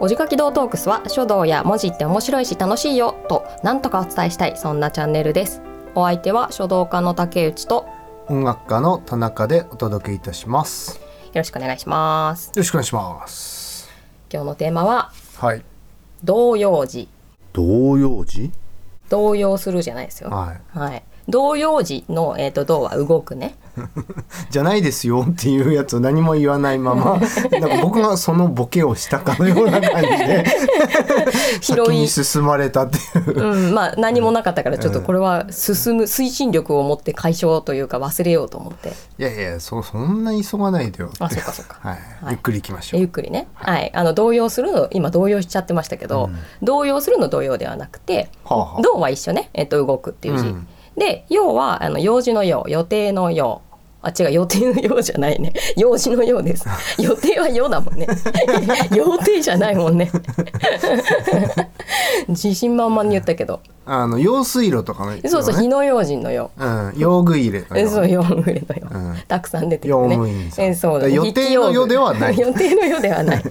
おじかき堂トークスは書道や文字って面白いし楽しいよとなんとかお伝えしたいそんなチャンネルですお相手は書道家の竹内とよ音楽家の田中でお届けいたしますよろしくお願いしますろしくお願いします今日のテーマははい動揺時同様時動揺するじゃないですよはいはい動揺時のえっ、と動は動く ねじゃないですよっていうやつを何も言わない ままなんか僕がそのボケをしたかのような感じで 先広いに進まれたっていううん、まあ何もなかったからちょっとこれは進む推進力を持って解消というか忘れようと思っていやいやそそんな急がないでよあそうかそうかはい、はいゆっくり行きましょゆっうくりね、はい、あの動揺するの今動揺しちゃってましたけど、動揺するの動揺ではなくて「はあはあ動」は一緒ね、えっと、動くっていう字、うんで「用」はあの用事の用予定の用あ違う予定の用じゃないね 用事の用です 予定は用だもんね予定じゃないもん ね自信満々に言ったけどあの用水路とかの、ね、そうそう火の用心の用うん用具入れのえよそう、ヨーグルトよ、うんたくさん出てヨるーねムイン。さんえそうだだから予定の世ではな い予定の世では ない。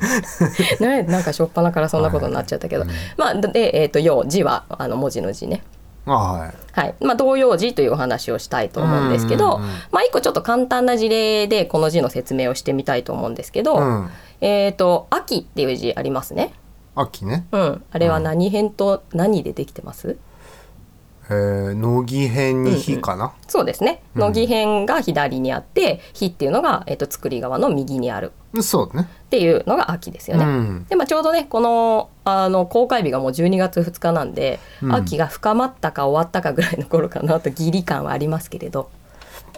ね、なんかしょっぱなからそんなことになっちゃったけど、まあでえっ、とヨ字はあの文字の字ね。あはいはい、まあ同様字というお話をしたいと思うんですけど、うんうんうんまあ一個ちょっと簡単な事例でこの字の説明をしてみたいと思うんですけど、うんえっ、と秋っていう字ありますね。秋ね、うん、あれは何辺と何でできてます？えー、乃木編に火かな、そうですね。うん乃木辺が左にあって、火っていうのがえっ、と作り側の右にある。そうだねっていうのが秋ですよね。うんでまあ、ちょうどねこのあの公開日がもう12月2日なんで、うん秋が深まったか終わったかぐらいの頃かなと義理感はありますけれど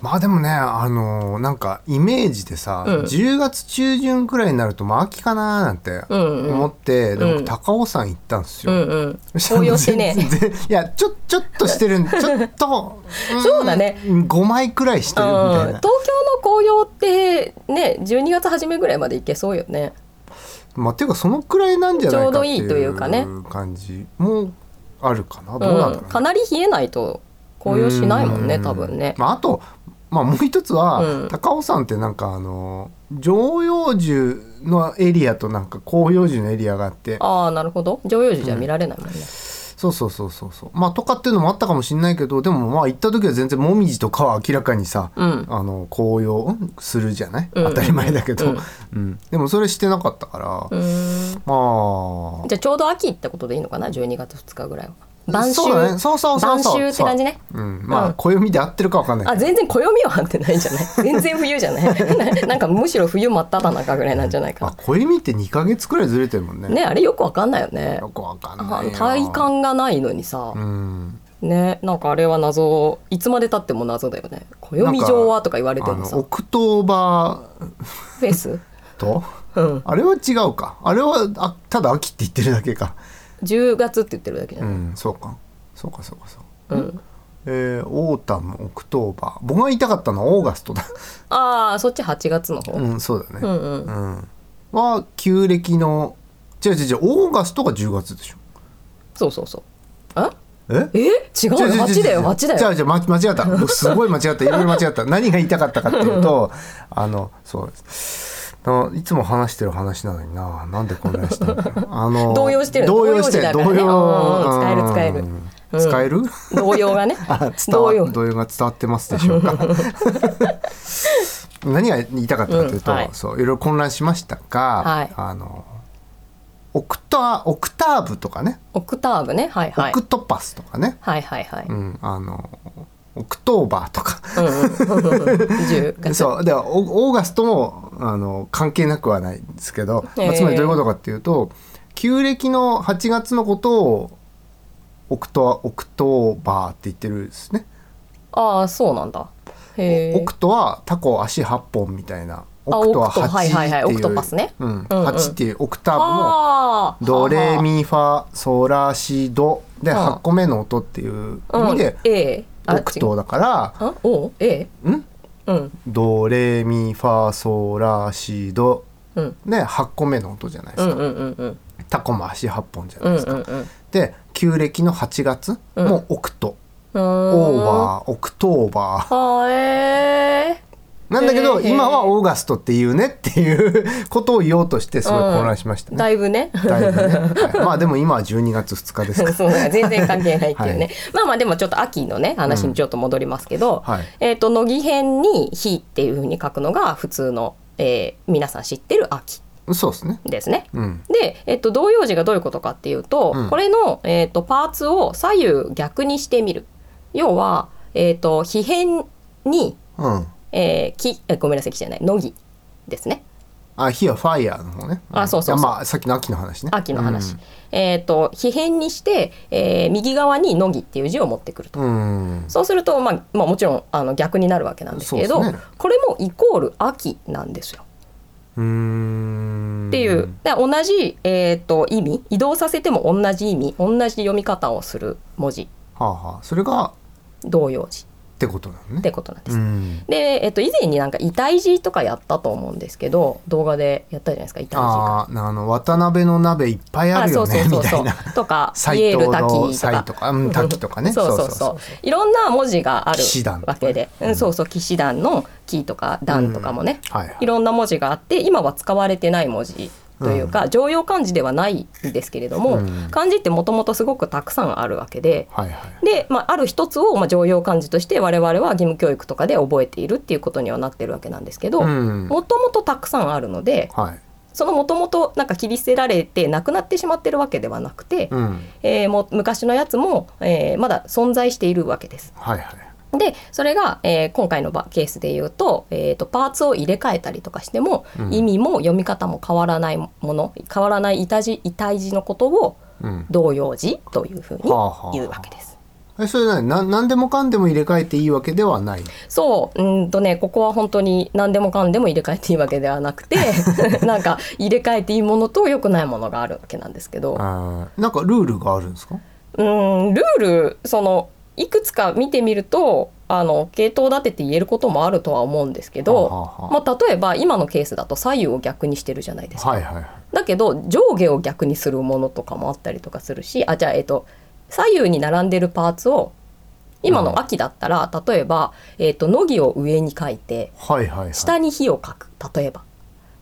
まあでもねあのーなんかイメージでさ、うん10月中旬くらいになるとまあ秋かなーなんてうんうん思って、んで僕高尾山行ったんですうよ。んうん そしたら紅葉してね全然いやちょちょっとし てるんちょっとんそうだね5枚くらいしてるみうんたい東京のな紅葉ってね12月初めぐらいまで行けそうよねまあていうかそのくらいなんじゃないかってちょうどいいというかねいう感じもあるかなどうなんだろうねん、かなり冷えないと紅葉しないもんねう多分ね、まあ、あと、まあ、もう一つは、うん高尾山ってなんかあの常用樹のエリアとなんか紅葉樹のエリアがあってああなるほど常用樹じゃ見られないもんね、そうそうそうそうそうまあとかっていうのもあったかもしれないけどでもまあ行った時は全然紅葉とかは明らかにさ、うんあの紅葉んするじゃない、うん当たり前だけど、ううんんでもそれしてなかったから、うーんまあじゃあちょうど秋ってことでいいのかな12月2日ぐらいは晩秋そうだねそうそうそうそう晩秋って感じねそううん、まうんあ暦で合ってるかわかんないけどあ全然暦は合ってないんじゃ ない全然冬じゃない なんかむしろ冬真っ只中ぐらいなんじゃないあか暦って2か月くらいずれてるもんねねあれよくわかんないよねよくわかんあないのよ体感がないのにさう、んねなんかあれは謎いつまでたっても謎だよね暦上はとか言われてあものさオクトーバーフェスとうんあれは違うかあれはあただ秋って言ってるだけか10月って言ってるだけじゃうない、んそうかそうかそうかそううんえー、オータムオクトーバー僕が言いたかったのはオーガストだああそっち8月の方、う、うんんそううだねんうん、は旧暦の違う違う違うオーガストが10月でしょそうそうそうあええ違うよ8だよ8だじゃよあじゃあ間違 えた僕すごい間違ったいろいろ間違った何が言いたかったかって いうとあのそうのいつも話してる話なのにななんでこんなにしたのかなあの動揺してるの動揺し動て揺時だからね動うんうん揺使えるうん使える、 動揺がねあ伝動わ揺動揺が伝わってますでしょう か何が言いたかったかというと、うんはいそういろいろ混乱しましたが、はいあのオクタオクターブとかね、オクターブねはいはいオクトパスとかねはいはいはい、うん、あのオクトーバー とかうんうん、10月そうでオオーガストもあの関係なくはないんですけど、まあへえつまりどういうことかっていうと旧暦の8月のことをオクトオクトーバーって言ってるんですね。ああそうなんだへえオクトはタコ足8本みたいな。あオクトはオクト8はいはいはいっていうオクトパスねうん、うんうん8っていうオクターブのああドレミファソラシドではあ8個目の音っていう意味で、うん、A あオクトだから違うあおう A んうんドレミファソラシドうんで8個目の音じゃないでうんすうか、んうんうんタコも足8本じゃうないんですうか、んうんで旧暦の8月もオクト、うーんオーバーオクトーバはえーなんだけど、へー今はオーガストっていうねっていうことを言おうとしてすごい混乱しましたね。だいぶね だいぶねはいまあでも今は12月2日ですからそう全然関係ないっていうね、はまあまあでもちょっと秋のね話にちょっと戻りますけど、うんはいえっ、と乃木編に「日」っていうふうに書くのが普通の、えー皆さん知ってる秋そうですね。ですね。うん。で、えっと、動揺時がどういうことかっていうと、うんこれの、えっと、パーツを左右逆にしてみる要は、えっと、皮変に、うん。えーきえごめんなさい木じゃない乃木ですねあ、火はファイヤーの方ね。あそうそうそんうまあさっきの秋の話ね。秋の話、えっと皮変にして、えー右側に乃木っていう字を持ってくると。うん。うん。そうすると、まあ、まあもちろんあの逆になるわけなんですけれそど、うですねこれもイコール秋なんですよ。うーん。っていう、で同じ、えー、と意味移動させても同じ意味同じ読み方をする文字はあ、はあ、それが同様字ってことなのね。ってことなんです。うん。で、えっと、以前になんか「遺体字」とかやったと思うんですけど動画でやったじゃないですか「遺体字」か。ああ、あの渡辺の鍋いっぱいあるそようそうねそみうたそいうな。と か「斎イエー藤ル滝」のとか斎とか、うん、滝とかね。そうそうそういろんな文字がある騎士団とかわねけで、ううんん、そうそう騎士団の「騎」とか「団」とかもね、はいはいいろんな文字があって今は使われてない文字というか、常用漢字ではないんですけれども、うん漢字ってもともとすごくたくさんあるわけで。はいはい。でまあ、ある一つを、まあ、常用漢字として我々は義務教育とかで覚えているっていうことにはなってるわけなんですけどうんもともとたくさんあるのではい。そのもともとなんか切り捨てられてなくなってしまってるわけではなくて、うん。えーもう昔のやつも、えーまだ存在しているわけです。はいはい。でそれが、えー今回のばケースで言うと,、えー、とパーツを入れ替えたりとかしても、うん意味も読み方も変わらないもの変わらないいたじいたい字のことをうん。同様字というふうにはあはあはあ言うわけです。え、それ何、なん、なんでもかんでも入れ替えていいわけではない。そううんとねここは本当に何でもかんでも入れ替えていいわけではなく てなんか入れ替えていいものと良くないものがあるわけなんですけどあーなんかルールがあるんですか。うんルールそのいくつか見てみるとあの系統立てて言えることもあるとは思うんですけど、はあはあまあ、例えば今のケースだと左右を逆にしてるじゃないですか、はいはいはい。だけど上下を逆にするものとかもあったりとかするしあじゃあえっと左右に並んでるパーツを今の秋だったら、例えば、えっと乃木を上に書いてはいはいはい。下に火を書く例えば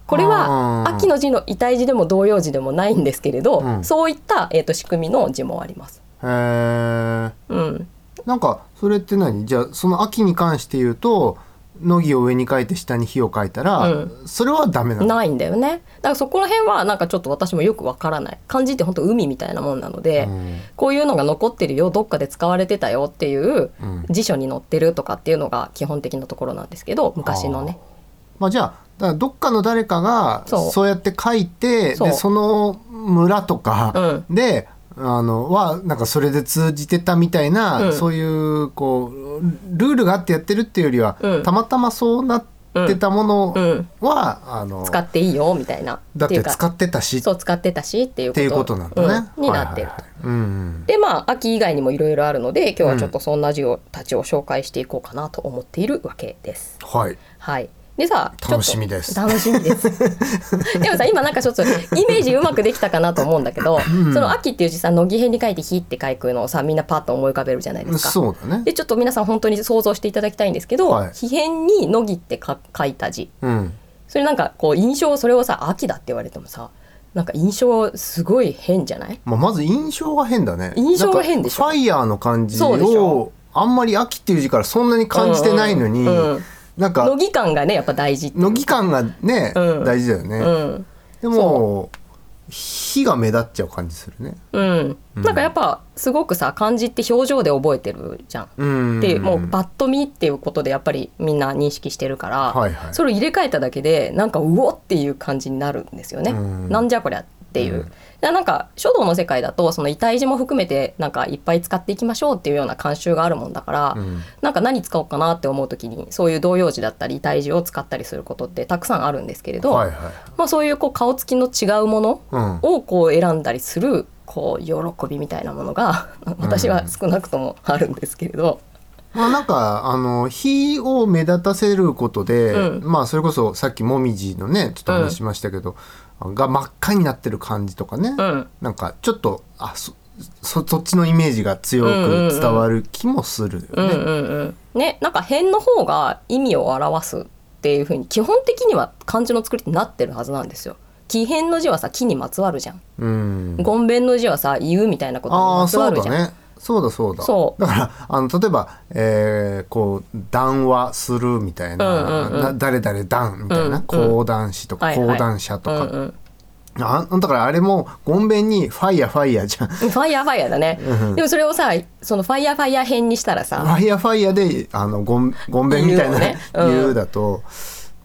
これはあー秋の字の遺体字でも同様字でもないんですけれど、うんそういった、えっと仕組みの字もあります。へーうん、なんかそれって何じゃあその秋に関して言うと乃木を上に書いて下に火を書いたら、うそれはダメなのないんだよねだからそこら辺はなんかちょっと私もよくわからない漢字って本当海みたいなもんなので、うんこういうのが残ってるよどっかで使われてたよっていううん辞書に載ってるとかっていうのが基本的なところなんですけど昔のねまあ、じゃあだからどっかの誰かがそうそうやって書いてそうでその村とかで、あのはなんかそれで通じてたみたいな、うんそういうこうルールがあってやってるっていうよりは、うんたまたまそうなってたものうは、んあの使っていいよみたいなだっていう使かってたしっそう使ってたしっていうことていうことなんだね。うんになってると。はいはいはいうんでまあ秋以外にもいろいろあるので今日はちょっとそんな字をたちを紹介していこうかなと思っているわけです。はい、はいでさちょっと楽しみです楽しみです でもさ今なんかちょっとイメージうまくできたかなと思うんだけど、その「秋」っていう字さ乃木編に書いて「火」って書くのをさみんなパッと思い浮かべるじゃないですか。そうだね。でちょっと皆さん本当に想像していただきたいんですけど「はい火変に乃木」ってか書いた字うん、それなんかこう印象それをさ「秋」だって言われてもさなんか印象すごい変じゃないまあ、まず印象が変だね。印象が変でしょなんかファイヤーの感じそうでしをょあんまり秋っていう字からそんなに感じてないのに、うんうんうんなんか乃木感がねやっぱ大事っていう乃木感がね、うん大事だよね。うんでも火が目立っちゃう感じするね。うん、なんかやっぱすごくさ漢字って表情で覚えてるじゃん。うん。でもうパッと見っていうことでやっぱりみんな認識してるから、はいはいそれを入れ替えただけでなんかうおっていう感じになるんですよね。うんなんじゃこりゃっていう。だからなんか書道の世界だとその遺体字も含めてなんかいっぱい使っていきましょうっていうような慣習があるもんだから、うんなんか何使おうかなって思う時にそういう動揺字だったり遺体字を使ったりすることってたくさんあるんですけれど、はいはい。まあ、そういうこう顔つきの違うものうん。をこう選んだりするこう喜びみたいなものが私は少なくともあるんですけれど、まあなんかあの火を目立たせることで、うまあそれこそさっきもみじのねちょっと話しましたけど、が真っ赤になってる感じとかね、うんなんかちょっとあそそそっちのイメージが強く伝わる気もするよね。うんうんうんねなんか辺の方が意味を表すっっていうふうに基本的には漢字の作りってなってるはずなんですよ。木偏の字はさ木にまつわるじゃん。うんごんべんの字はさ言うみたいなことにあまあつわそうるだじゃん。ねそうだそうだそうだからあの例えば、えーこう談話するみたいな,、うんうんうんな誰々談みたいな、うんうん講談師とか、はいはい講談者とうんか、うん、あだからあれもごんべんに「ファイヤーファイヤー」じゃん。フファイヤーファイヤーだね。でもそれをさそのファイヤーファイヤー編にしたらさァイヤーファイヤーであのごんごんべんみたい言うのなねうん言うだと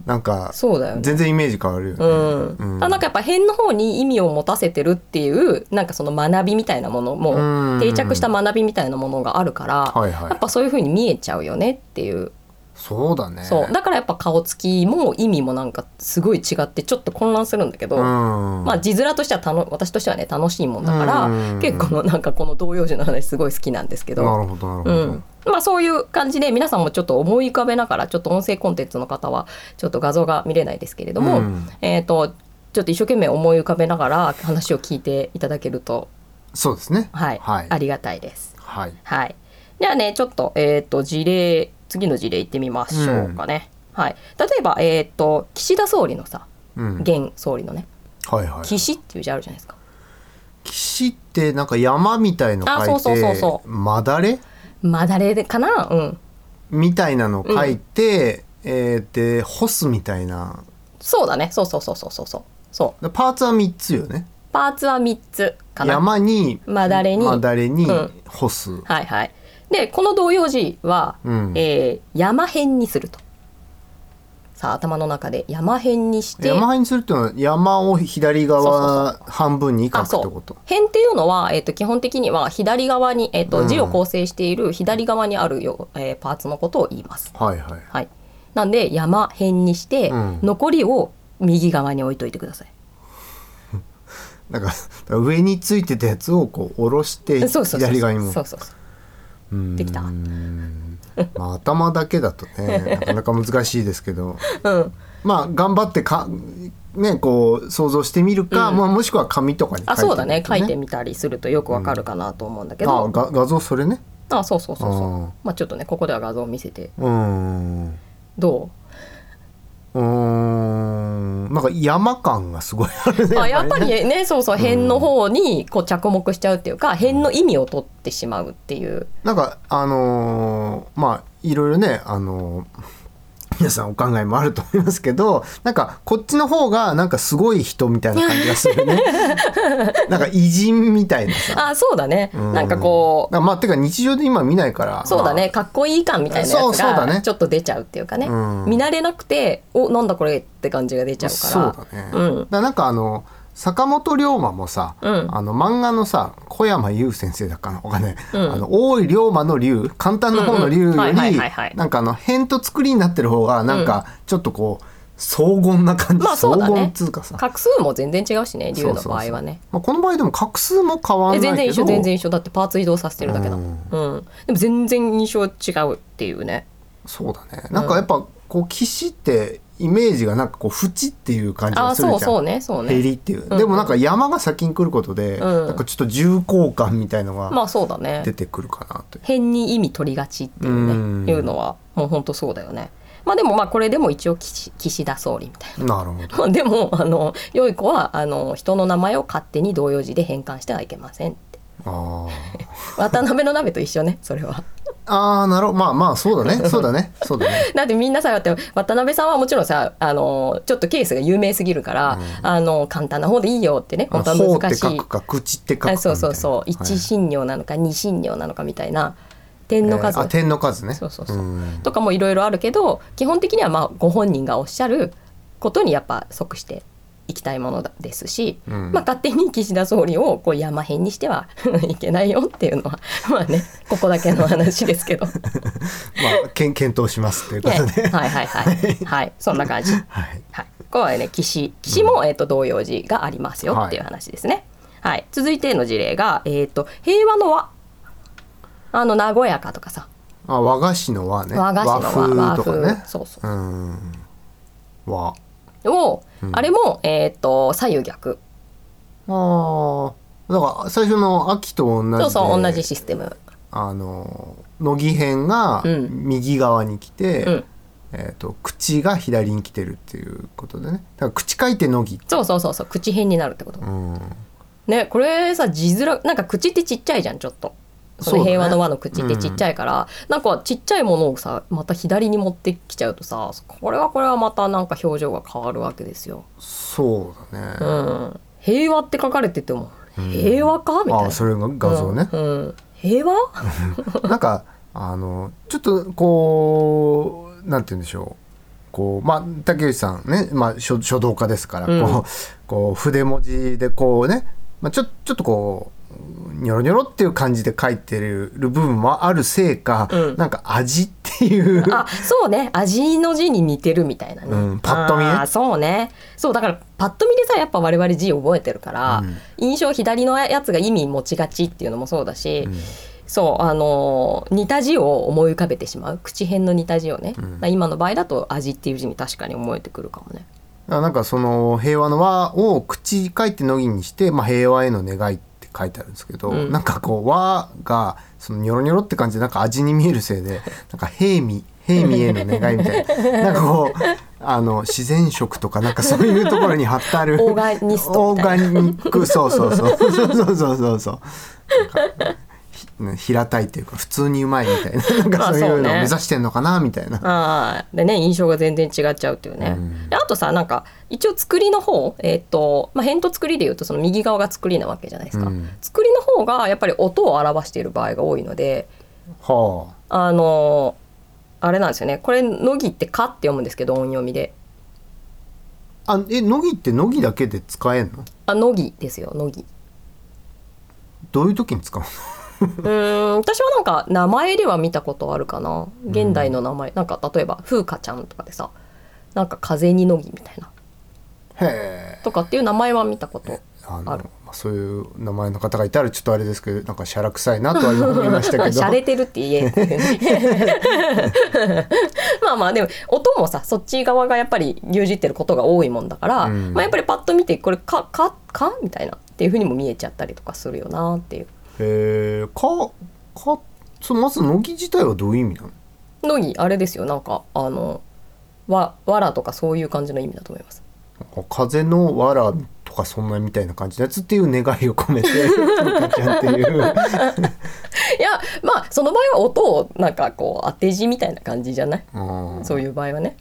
なんかそうだよね全然イメージ変わるよね。うんうんあなんかやっぱ辺の方に意味を持たせてるっていうなんかその学びみたいなものうもん定着した学びみたいなものがあるから、はいはいやっぱそういう風に見えちゃうよねっていう,、そうだね。そうだからやっぱ顔つきも意味もなんかすごい違ってちょっと混乱するんだけど、うんまあ字面としてはたの私としてはね楽しいもんだから、うん結構のなんかこの童謡詞の話すごい好きなんですけど。なるほどなるほうど。んまあ、そういう感じで皆さんもちょっと思い浮かべながらちょっと音声コンテンツの方はちょっと画像が見れないですけれども、うんえー、とちょっと一生懸命思い浮かべながら話を聞いていただけると、そうですね。はいはいありがたいです。はいはい、ではねちょっと,、えー、と事例次の事例いってみましょうかね。はい、例えば、えー、と岸田総理のさうん現総理のねはいはい。岸っていう字あるじゃないですか。岸ってなんか山みたいの書いてあそうそうそうそまだれまだれかな、うん、みたいなの書いて、えーで干すみたいなそうだねそうそうそうそうそうそうそうパーツは3つよねパーツは3つかな。山にまだれにまだれにうん干す、はいはい。で、この同様字は、うんえー山辺にすると。さあ、頭の中で山辺にして。山辺にするっていうのは山を左側半分に書くあ、ってそこうと。辺っていうのは、えっ、と、基本的には左側に、えっ、うと、ん字を構成している左側にあるよ、えーパーツのことを言います。はいはいはい。なんで、山辺にして、うん残りを右側に置いといてください。なんか上についてたやつをこう下ろしてそうそうそうそう。左側にもそうそうそう。うんできたまあ頭だけだとね なかなか難しいですけどうん。まあ頑張ってかねこう想像してみるか、まあ、もしくは紙とかに書いあ、てそみうるだとね。書いてみたりするとよくわかるかなと思うんだけあど。が画像それねあ、そうそうそうそううん。まあ、ちょっとね、ここでは画像を見せて。うーんうどうーんなんか山感がすごいあるねあやっぱりねねそうそう辺の方にこう着目しちゃうっていうか、辺の意味を取ってしまうっていうなんかあのーまあいろいろねあのー皆さんお考えもあると思いますけどなんかこっちの方がなんかすごい人みたいな感じがす るねなんか偉人みたいなさあそうだね、うなんかこうまあてか日常で今見ないからそうだまあねかっこいい感みたいなやそうつそうだねがちょっと出ちゃうっていうかね、うん見慣れなくておなんだこれって感じが出ちゃうからそうだね、うんだからなんかあの坂本龍馬もさ、うんあの漫画のさ小山優先生だっかなわかんない、うんあの大井龍馬の龍簡単な方の龍うよんうんはいはいりはいはいなんかあの辺と作りになってる方がなんかちょっとこう荘厳な感じ、まあそうだね荘厳っつうかさ画数も全然違うしね竜の場合はねまあ、この場合でも画数も変わえらないけ全然ど一緒全然一緒だってパーツ移動させてるだけだもん、うん、でも全然印象違うっていうねそうだねなんかやっぱこう岸ってイメージがなんかこう縁っていう感じあがあするじゃそんうそうねそうへねりっていう、でもなんか山が先に来ることで、うんなんかちょっと重厚感みたいのまがあそうだね出てくるかなという、辺に意味取りがちっていうね、うんいうのはもう本当そうだよね。まあでもまあこれでも一応岸岸田総理みたいな。 なるほどまあでもあの良い子はあの人の名前を勝手に同様字で変換してはいけませんって。あ渡辺の鍋と一緒ねそれは。ーあーなるほどまあまあそう だねそうだねそうだねだってみんなさだって渡辺さんはもちろんさあのちょっとケースが有名すぎるから、あの簡単な方でいいよってね本当あのは頬っ難てし書いく。か口って書くかあみたいそなうそうそうはい一信尿なのか二信尿なのかみたいな点の数、えーあ点の数ねそうそうそううんとかもいろいろあるけど基本的にはまあご本人がおっしゃることにやっぱ即していきたいものだですし、うんまあ、勝手に岸田総理をこう山辺にしては いけないよっていうのは まあねここだけの話です けど、ね、まあ検 検討しますということで、はいはいはいはいそんな感じ。はいはい、これはね岸岸も、えー、と同様字がありますよはいっていう話ですね。はい続いての事例が、えー、と平和の和あの和やかとかさあ和菓子の和ね和菓子の和和風とか和ね風そうそううん和を、あれも、えー、と左右逆ああだから最初の秋と同じでそうそう同じシステムあの乃木編がうん右側に来て、うんえー、と口が左に来てるっていうことでねだから口書いてのぎそうそうそうそう口辺になるってことうんねこれさ字面なんか口ってちっちゃいじゃんちょっとそのそうだね平和の輪の口ってちっちゃいから、なんかちっちゃいものをさまた左に持ってきちゃうとさこれはこれはまたなんか表情が変わるわけですよ。そうだね、うん、平和って書かれてても平和か、みたいあな。あそれが画像ね、うんうん平和 なんかあのちょっとこうなんて言うんでしょうこうまあ竹内さんね、まあ、書書道家ですから、うんこうこう筆文字でこうね、まあ、ちょちょっとこうニョロニョロっていう感じで書いてる部分はあるせいか、うんなんか味っていうあそうね味の字に似てるみたいなね、うんパッと見ねあーそうねそうだからパッと見でさやっぱ我々字覚えてるから、うん印象左のやつが意味持ちがちっていうのもそうだし、そうあのー似た字を思い浮かべてしまう口辺の似た字をね、んだから今の場合だと味っていう字に確かに思えてくるかもねあなんかその平和の和を口書いてのぎにして、まあ、平和への願いって書いてあるんですけど、うんなんかこう和がそのニョロニョロって感じでなんか味に見えるせいで なんか平民平民への願いみたいななんかこうあの自然食とかなんかそういうところに貼ってあるオーガニストオみーたガニックそうそうそうそうそうそうそうそうなんかひ平たいというか普通にうまいみたい ななんまあかそういうそのをうね目指してんのかなみたいな。あーでね印象が全然違っちゃうっていうね、うんであとさなんか一応作りの方えーっとまあ辺と作りでいうとその右側が作りなわけじゃないですか、うん作りの方がやっぱり音を表している場合が多いのではあのーあれなんですよねこれ「のぎ」って「か」って読むんですけど音読みであ。あえのぎってのぎだけで使えん「のあのぎ」ですよ「の ぎ」どういう時に使うのうーん私はなんか名前では見たことあるかな現代の名前、なんか例えば「風花ちゃん」とかでさなんか「風にのぎ」みたいなへえ。とかっていう名前は見たことあのあるまあ、そういう名前の方がいたらちょっとあれですけどなんかシャラ臭いなとは今思いました けどしゃれてるって言え っていうねまあまあでも音もさそっち側がやっぱり牛耳ってることが多いもんだから、うんまあ、やっぱりパッと見てこれ「か」か「か」みたいなっていうふうにも見えちゃったりとかするよなっていう。へえかかそまず乃木自体はどういう意味なののにあれですよなんかあのわわらとかそういう感じの意味だと思います。なんか風のわらとかそんなみたいな感じのやつっていう願いを 込めて乃木ちゃんっていういやまあその場合は音をなんかこう当て字みたいな感じじゃないうんそういう場合はね。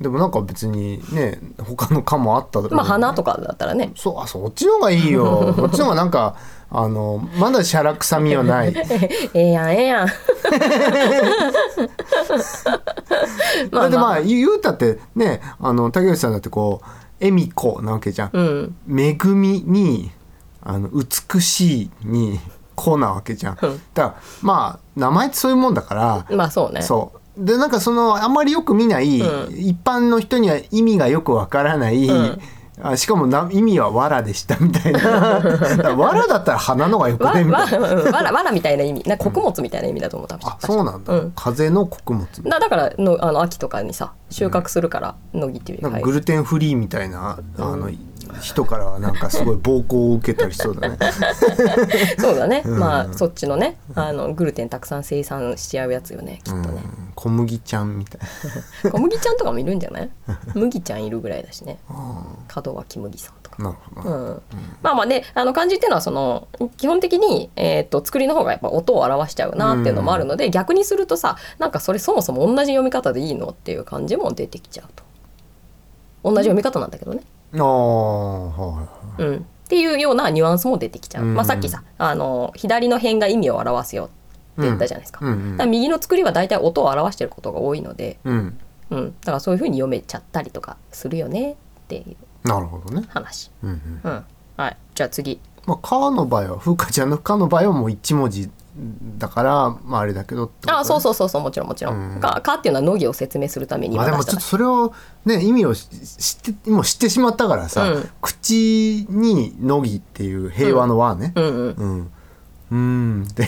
でもなんか別にね他の科もあっただろうねまあ花とかだったらねそうあそっちの方がい いよこっちの方がなんかあのまだシャラ臭みはないええやんええやん。まあだってまあまあ言うたってねあの竹内さんだってこう「恵美子」なわけじゃん。うん恵みにあの美しいに子なわけじゃん。だうんからまあ名前ってそういうもんだから、まあそうね。そうでなんかそのあんまりよく見ない、うん一般の人には意味がよくわからない、うんあしかもな意味はわらでしたみたい なだからわらだったら花のがよくわねみたわいな。うんわらわらみたいな意味なんか穀物みたいな意味だと思う多分あそうなんだ、うん風の穀物だだからのあの秋とかにさ収穫するから、のぎっていうなんかはいグルテンフリーみたいな、あの人からはなんかすごい暴行を受けたりしそう だね。そうだね、うんまあそっちのねあのグルテンたくさん生産しちゃうやつよねきっうとんね、小麦ちゃんみたいな。 小麦ちゃんとかもいるんじゃない麦ちゃんいるぐらいだしね門脇麦さんとか。なるほどうな。んまあまあねあの漢字っていうのはその基本的に、えー、と作りの方がやっぱ音を表しちゃうなっていうのもあるので、逆にするとさなんかそれそもそも同じ読み方でいいのっていう感じも出てきちゃうと同じ読み方なんだけどね、ああ、はいはい。うん、っていうようなニュアンスも出てきちゃう、うんまあ、さっきさあの左の辺が意味を表すよって言ったじゃないですか,、うんうんだから右の作りは大体音を表してることが多いので、うん、うん、だからそういうふうに読めちゃったりとかするよねっていうなるほどね。話、うんうん。うん、はいじゃあ次まあ、かの場合は、風花ちゃんのかの場合はもう一文字だから、まあ、あれだけどってことねあそうそうそうそうもちろんもちろん、うんかかっていうのは「のぎ」を説明するためにまあ、今で出しもちょたっとそれをね意味をし知ってもう知ってしまったからさ、うん口に「のぎ」っていう平和の和ね、うんうんうん。うーんって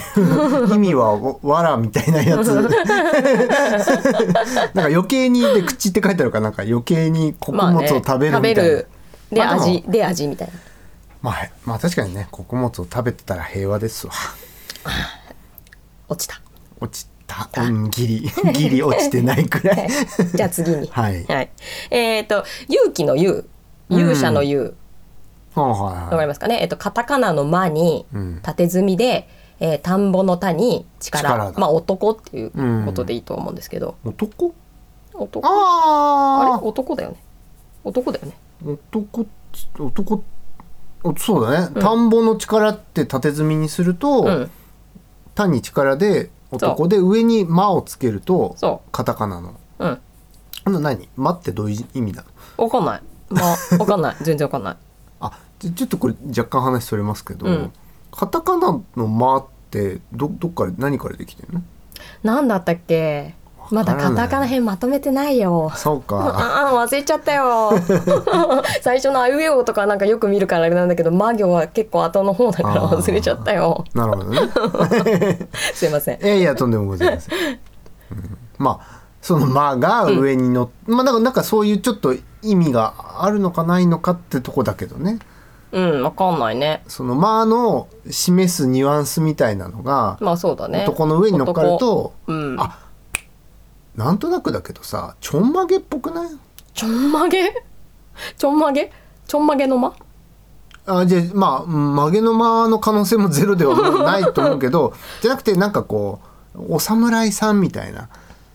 意味はわわらみたいなや つなんか余計にで口って書いてあるからなんか余計に穀まあ物ねを食べるみたいな、まあでまあでも味で味みたいなまあ、確かにね穀物を食べてたら平和ですわ 落ちた落ちた、うん、ギリギリ落ちてないく らいじゃあ次に。はいはい。えっ、と、勇気の勇、勇者の勇、ほうほうほうわかりますかね。えっ、と、カタカナの間にうん、縦積みで、えー田んぼの田に力。力だまあ、男っていうことでいいと思うんですけど。男男。ああれ、男だよね。男だよね。あ男っつ男おそうだね、田んぼの力って縦積みにすると、うん。単に力で男で上に「間」をつけるとそカタカナのう。うん。あの何「間」ってどういう意味なのわかんない。まあ、わかんない。全然わかんない。あちょちょっとこれ若干話それますけど、うんカタカナの「間」ってどどっから何からできてるのなんだったっけ。まだカタカナ編まとめてないよ。そうか ああ忘れちゃったよ 最初のあいうえおとかなんかよく見るからあれなんだけど魔行は結構後の方だからあー忘れちゃったよなるほどねすいませんいやいやとんでもございません、うんまあその「間」が上に乗っ、まあだからなんかそういうちょっと意味があるのかないのかってとこだけどねうんわかんないねその「間」の示すニュアンスみたいなのが、まあそうだね男の上に乗っかると、男うんあなんとなくだけどさちょんまげっぽくないちょんまげちょんまげちょんまげの間あじゃあまあうん曲げの間の可能性もゼロではもうないと思うけど じゃなくてなんかこうお侍さんみたいな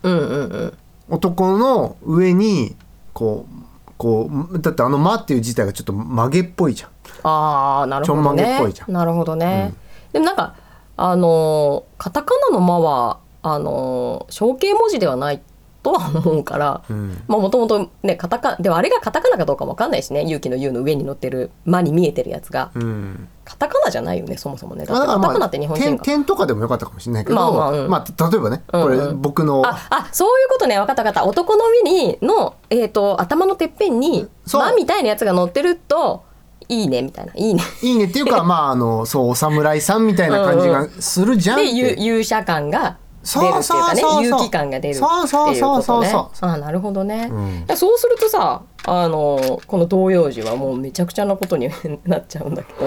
うんうんうん男の上にこうこうだってあの「間」っていう字体がちょっと曲げっぽいじゃん。あーなるほどねちょんまげっぽいじゃんなるほどね、でもなんかあのーカタカナの間はあのー象形文字ではないとは思うから、うんまあもともとねカタカでもあれがカタカナかどうかもわかんないしね勇気の「勇」の上に乗ってる「間」に見えてるやつがうん、カタカナじゃないよねそもそもねだってだカまタカナって日本人点が。点とかでもよかったかもしれないけど、まあまあうん例えばねこうんれうん僕の、ああそういうことね分かった分かった男の上にの、えー、と頭のてっぺんに「そう間」みたいなやつが乗ってると「いいね」みたいな「いいね」いいねっていうかまああのそうお侍さんみたいな感じがするじゃんっでゆて。勇者感が出そうるっていうかねそうそうそう勇気感が出るっていうそうそうそうこそとうねそあなるほどね、うんでそうするとさあのこの童謡時はもうめちゃくちゃなことになっちゃうんだけ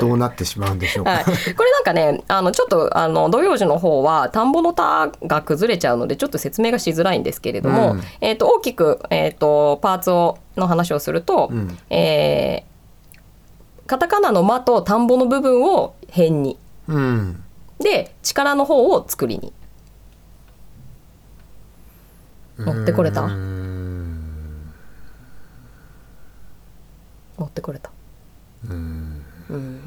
ど、どうなってしまうんでしょうか。はい、これなんかねあのちょっとあの童謡時の方は田んぼの田が崩れちゃうのでちょっと説明がしづらいんですけれども、うんえー、と大きく、えー、とパーツをの話をすると、うんえーカタカナの「間」と田んぼの部分を「辺にうん。」で力の方を「作りに」持ってこれたうーん持ってこれた、うん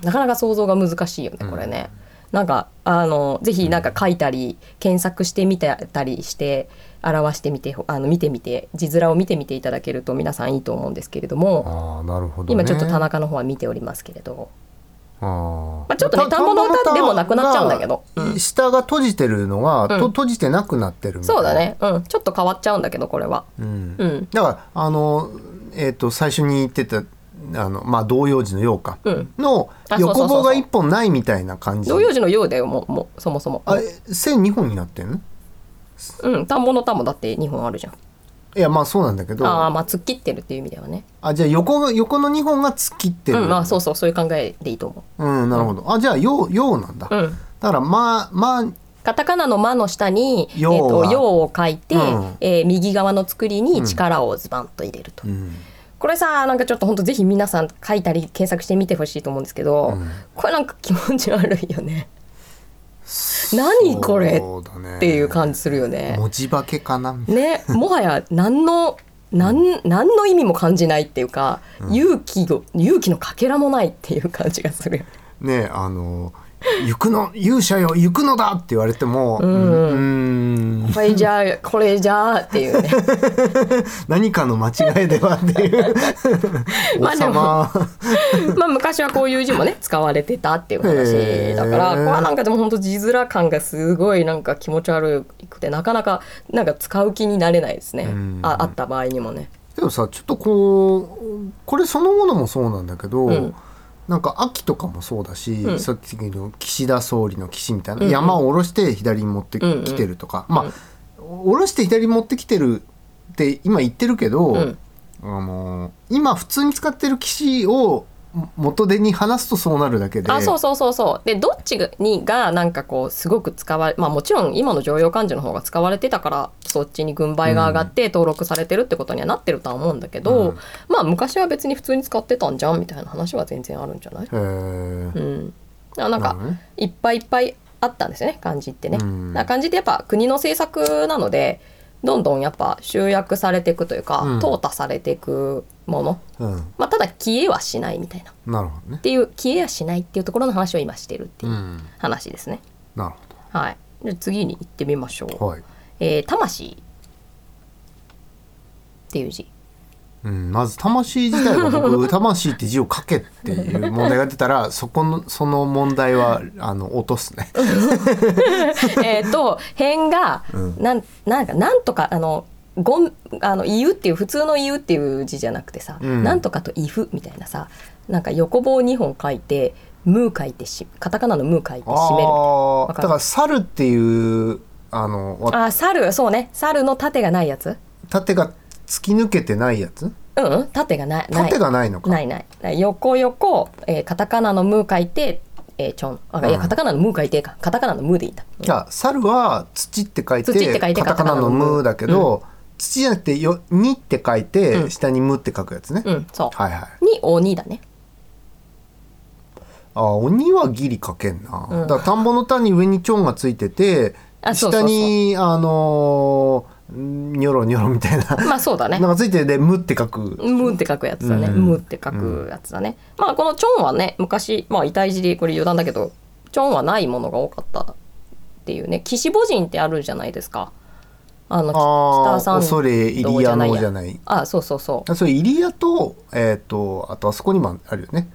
なかなか想像が難しいよねこれね、なんかあのぜひなんか書いたり検索してみてたりして表してみてあの見てみて字面を見てみていただけると皆さんいいと思うんですけれども、ああ、なるほど、ね。今ちょっと田中の方は見ておりますけれどあー、まあちょっとね田んぼの歌でもなくなっちゃうんだけどうん下が閉じてるのが、うんと閉じてなくなってるみたいそなうだ。ね、うん、ちょっと変わっちゃうんだけどこれは。うん。うんだからあのえっ、と最初に言ってたあのまあ童謡時のようか、うんのあそうそうそうそう横棒が一本ないみたいな感じ。同様字のようだよもうもうそもそも、あえ線二本になってんの？うん、田んぼの田もだって2本あるじゃんいやまあそうなんだけど。あああまあ突っ切ってるっていう意味ではねじゃあ横が横の二本が突っ切ってうる。んまあそうそうそういう考えでいいと思うんなるほど。あじゃあようようなんだ。ううんだからまあまあカタカナの「間」の下に「えーようとはよう」を書いて、うんえー右側の作りに力をズバンと入れると、うんこれさなんかちょっと本当ぜひ皆さん書いたり検索してみてほしいと思うんですけど、うんこれなんか気持ち悪いよね何これそうだねっていう感じするよね。文字化けかなみたいねもはや何の何何の意味も感じないっていうか、勇気を勇気のかけらもないっていう感じがするよねなねあの行くの勇者よ行くのだって言われてもうーんこれじゃあこれじゃあっていうね何かの間違いではっていう ま王あでも様 まあ昔はこういう字もね使われてたっていう話へーだからこれはなんかでも本当字面感がすごいなんか気持ち悪くてなかなかなんか使う気になれないですねんああった場合にもね。でもさちょっとこうこれそのものもそうなんだけど、うんなんか秋とかもそうだし、んさっきの岸田総理の岸みたいな、うんうん山を下ろして左に持ってきてるとか、まあ下ろして左に持ってきてるって今言ってるけど、うんあの今普通に使ってる岸を元手に話すとそうなるだけであそうそうそうそうでどっちにがなんかこうすごく使われまあもちろん今の常用漢字の方が使われてたからそっちに軍配が上がって登録されてるってことにはなってるとは思うんだけど、うんまあ昔は別に普通に使ってたんじゃんみたいな話は全然あるんじゃない、へーうん、あなんなるかほどねいっぱいいっぱいあったんですよね漢字ってね。うんだから漢字ってやっぱ国の政策なのでどんどんやっぱ集約されていくというか、うん淘汰されていくもの、うんまあ、ただ消えはしないみたいなっなるほどねていう消えやしないっていうところの話を今してるってういうん話ですね。なるはい、で次に行ってみましょほどう。はい、えー魂っていう字。うん、まず魂自体は 僕魂って字を書けっていう問題が出たらそこのその問題はあの落とす ねえっと辺が、うんなんなんかなんとかあのごんあの言うっていう普通の言うっていう字じゃなくてさ、うんなんとかと「いふ」みたいなさなんか横棒2本書いて「む」書いてしカタカナの「む」書いて締めるみたいな。あわあかだるから猿っていうあのわあ猿そうね猿の縦がないやつ縦が突き抜けてないやつうんうん縦がないない縦がないのかないないない横横、えーカタカナの「む」書いて「えー、ちょん」あいやうんカタカナの「む」書いてかカタカナの「む」でいいんだじゃあ猿は土って書いて土って書いてカタカナのカタカナのムムだけど、土じゃなくてよにって書いて、うん下にムって書くやつね、うんそう、はいはいに鬼だねあ鬼はギリ書けんな、うんだから田んぼの谷に上にチョンがついててあそうそう下そうにあのーんニョロニョロみたいな、 まあそうだねなんかついててでムって書くムって書くやつだね。うんムって書くやつだね。まあこのチョンはね、昔まあ遺体尻これ余談だけど、チョンはないものが多かったっていうね。岸母人ってあるじゃないですか。あのきあ北あ山恐れ入道りじ屋ゃないのやじゃないあ、そうそうそう。あそれ入谷とえっ、とあとあそこにもあるよね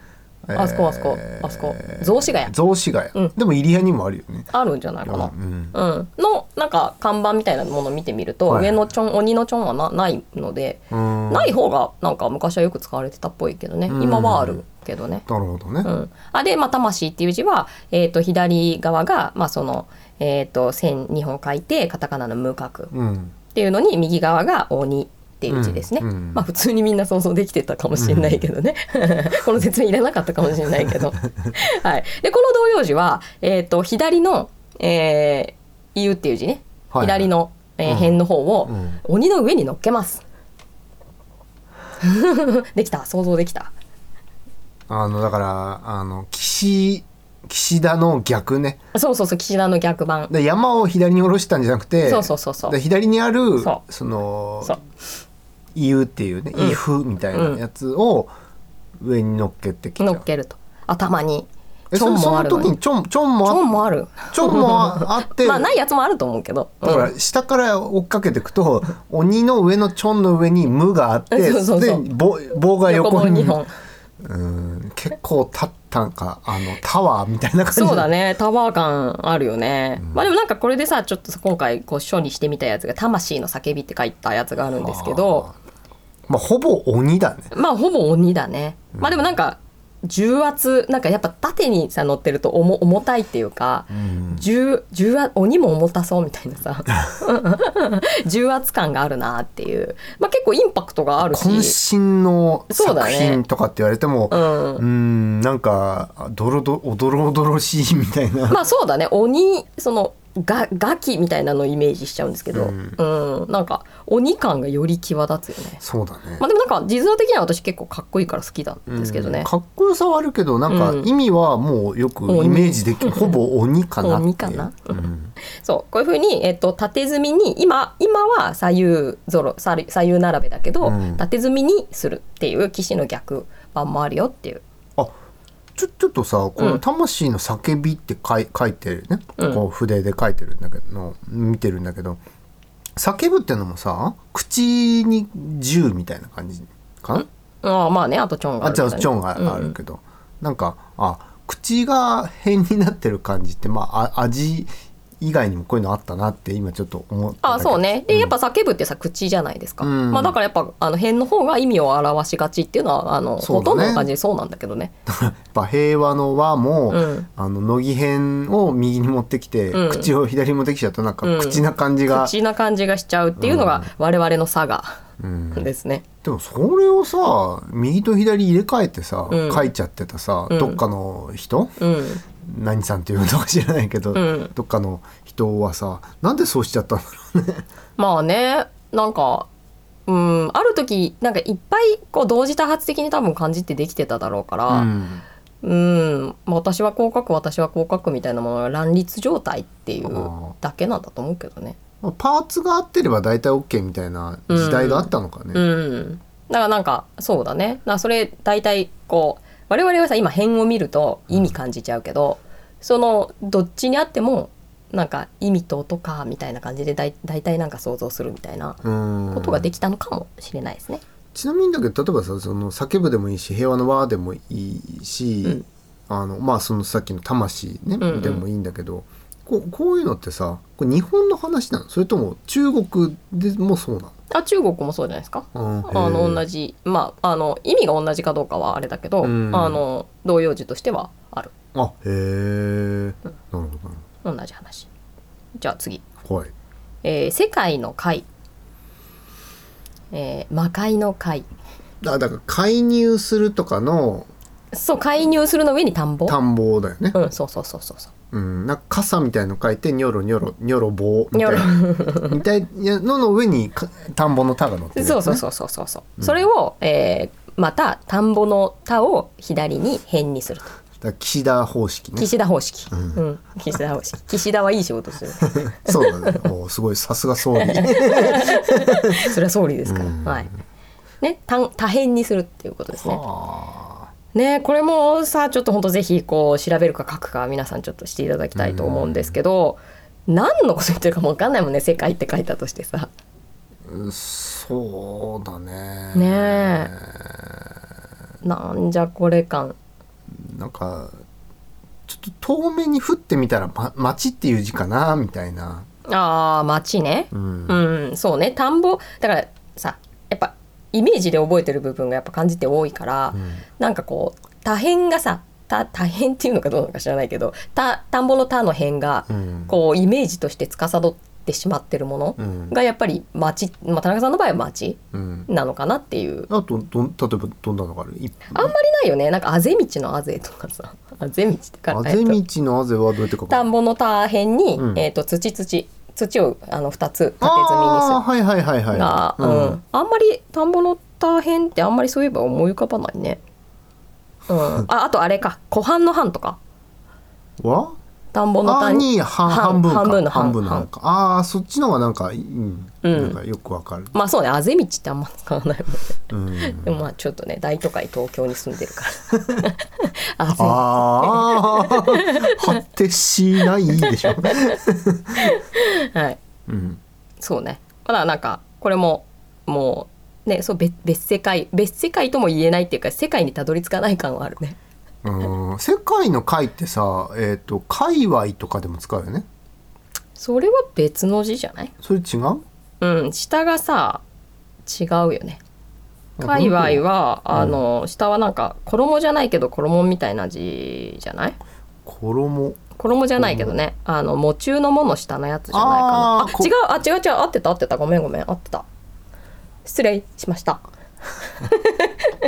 あそこあそこあそこ雑司ヶ谷雑司ヶ谷、うんでも入谷にもあるよねあるんじゃないかな。うんうん、のなんか看板みたいなものを見てみると、はい上のチョン鬼のチョンはなないので、うんない方がなんか昔はよく使われてたっぽいけどね、うん今はあるけどね。なるほどね、うん、あで、まあ、魂っていう字は、えー、と左側が、まあ、その、えー、と線2本書いてカタカナの無角うんっていうのに右側が鬼っていう字ですね、うんうんまあ普通にみんな想像できてたかもしれないけどね、 この説明いらなかったかもしれない けど、はい、でこの動揺字は、えー、と左の「えー、言う」っていう字ね、はい左の、えーうん辺の方を、うん鬼の上に乗っけます。 できた想像できたあのだからあの岸岸田の逆ねそうそうそう岸田の逆版で山を左に下ろしたんじゃなくてそうそうそうそうで左にあるそそうんのそう「言う」っていうね「うんイフ」みたいなやつを上に乗っけてきちゃ乗うっけると頭にえチそョンもあるそのの時ににチチョンチョンもョンあもあるチョンもああってまあないやつもあると思うけど、うんだから下から追っかけていくと鬼の上のチョンの上に「無」があっ てそうそうそうで棒棒が横横棒に2本うん結構立ったんかあのタワーみたいな感じそうだねタワー感あるよね、まあでもなんかこれでさちょっと今回こう書にしてみたやつが「魂の叫び」って書いたやつがあるんですけどまあほぼ鬼だねまあほぼ鬼だね、まあでもなんか重圧なんかやっぱ縦にさ乗ってると重重たいっていうか、重重圧鬼も重たそうみたいな さ 重圧感があるなっていう、まあ、結構インパクトがあるし渾身のそうだ作ね品とかって言われてもう,、うんんなんかどろどおどろおどろしいみたいな、まあそうだね鬼そのがガキみたいなのをイメージしちゃうんですけど、う、うんなんか鬼感がより際立つよね。そうだねまあ、でもなんか実像的には私結構かっこいいから好きなんうんですけどね。かっこよさはあるけどなんかうん意味はもうよくイメージできる、ほぼ鬼かなっていう鬼かなうんそうこういうふうに、えっと、縦積みに今今は左右ぞろ左右左右並べだけど、うん縦積みにするっていう騎士の逆版もあるよっていう。あちょちょっとさこうの「ん魂の叫び」って書い書いてるね、うんこう筆で書いてるんだけどの見てるんだけど叫ぶってのもさ口に銃みたいな感じかなああまあねあとチョンがああるじゃあからねチョンがあるけど、なんかあ口が変になってる感じってまああ味以外にもこういうのあったなって今ちょっと思ったあだけそうね。で、んやっぱ叫ぶってさ、口じゃないですか。うんまあ、だからやっぱ、あの、辺の方が意味を表しがちっていうのは、あの、そほうだとねんどの感じそうなんだけどね。 やっぱ平和の和も、うんあの乃木編を右に持ってきて、うん口を左に持ってきちゃうとなんかうん口な感じが、口な感じがしちゃうっていうのが、我々の差がうんですね。でもそれをさ右と左入れ替えてさ、うん書いちゃってたさ、うんどっかの人うん。何さんっていうのか知らないけど、んどっかの人はさなんでそうしちゃったんだろうね。まあね、なんか、うん、ある時、なんかいっぱい、こう、同時多発的に多分感じってできてただろうから、うんうん、まあ私はこう書く私はこう書くみたいなものが乱立状態っていうだけなんだと思うけどね。まあパーツが合ってれば大体 OK みたいな時代があったのかね。うん、だからなんかそうだねだからそれ大体こう我々はさ今辺を見ると意味感じちゃうけど、そのどっちにあってもなんか意味と音かみたいな感じでだい大体なんか想像するみたいなうんことができたのかもしれないですね。ちなみにだけど例えばさその叫ぶでもいいし平和の輪でもいいし、うんあのまあそのさっきの魂うね、んうんでもいいんだけどこうこういうのってさこれ日本の話なのそれとも中国でもそうなあ中国もそうじゃないですかのあの同じじまああの意味が同じかどうかはあれだけど、うんあの同様字としてはあるあへえなるほどなるほ同じ話。じゃあ次、ど怖いえー世界の会、えー魔界の会。だだから介入するとかのそう介入するの上に田んぼ田んぼだよね、うんそうそうそうそうそううん、なんか傘みたいの書いてニョロニョロニョロ棒みたいな みたいなのの上にか田んぼの田が乗ってるやつね、そうそうそうそうそうそう、それを、えーまた田んぼの田を左に変にするとだから岸田方式ね岸田方式、うん岸田方 式岸田はいい仕事するそう だね。おーすごい、さすが総理。それは総理ですから、うんはいね多多変にするっていうことですねはあねこれもさちょっと本当ぜひこう調べるか書くか皆さんちょっとしていただきたいと思うんですけど、何のこと言ってるかも分かんないもんね「世界」って書いたとしてさそうだね。ねなんじゃこれ感なんか、ちょっと遠目に降ってみたら、ま、町っていう字かな、みたいな。ああ町ねうん。うん、そうね田んぼだからさやっぱイメージで覚えてる部分がやっぱ感じて多いから、なんかこう多変がさた多変っていうのかどうなのか知らないけどた田んぼの田の辺がうんこうイメージとして司ってしまってるものうんがやっぱり町、まあ、田中さんの場合は町うん。なのかなっていうあと、どん、例えばどんなのがあるいあんまりないよねなんかあぜ道のあぜとかさあぜ道ってかあえぜっと道のあぜはどうやって書く田んぼの田辺に、うんえっと土土土をあの2つ縦積みにする。ああー、はいはいはいはい。が、うんあんまり田んぼの大変ってあんまりそういえば思い浮かばないね。うん、ああとあれか湖畔の畔とかうん。は田んぼのあ田に半半分か半分の半半分の半かああそっちの方がなんか、うん、うんなんかよくわかる、まあそうねあぜ道ってあんま使わないもんね。 うん、でもまあちょっとね大都会東京に住んでるから。あぜああ、果てしないで しょ。 はいうん。そうね。まだなんかこれももうねそう別別世界別世界とも言えないっていうか世界にたどり着かない感はあるね。うん、世界の会ってさ、えっ、と、界隈とかでも使うよね。それは別の字じゃないそれ違う。うん下がさ違うよねあ界隈はんあの、下はなんか衣じゃないけど衣みたいな字じゃない衣。衣じゃないけどね、あの喪中のもの下のやつじゃないかなああーこ違うあ違う違う合ってた合ってたごめんごめん合ってた失礼しました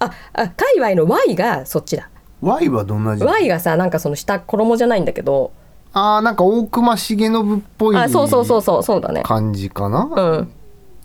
ああ界隈の Y がそっちだ Y はどんな字。 Y がさなんかその下衣じゃないんだけどああ、なんか大隈重信っぽい。あそうそうそうそうそうだね感じかな。うん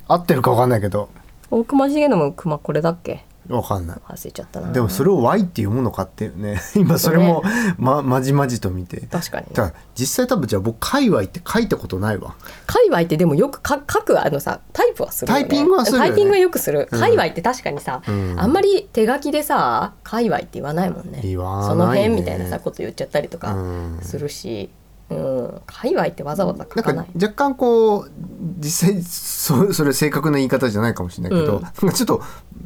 合ってるかわかんないけど。大隈重信熊これだっけわかんない。忘れちゃったなでも、それを Y っていうものかってい うね。今それも、ま、まじまじと見て。確かにねだから実際多分じゃあ僕界隈って書いたことないわ。界隈ってでもよくか書くあのさタイプはするよねタイピングはするよねタイピングはよくする、うん界隈って確かにさ、うんあんまり手書きでさ界隈って言わないもんね言わないねその辺みたいなさこと言っちゃったりとかうんするし、うん、界隈ってわざわざ書なかんなかい。若干こう実際 そそれ正確な言い方じゃないかもしれないけど、うんなんかちょっと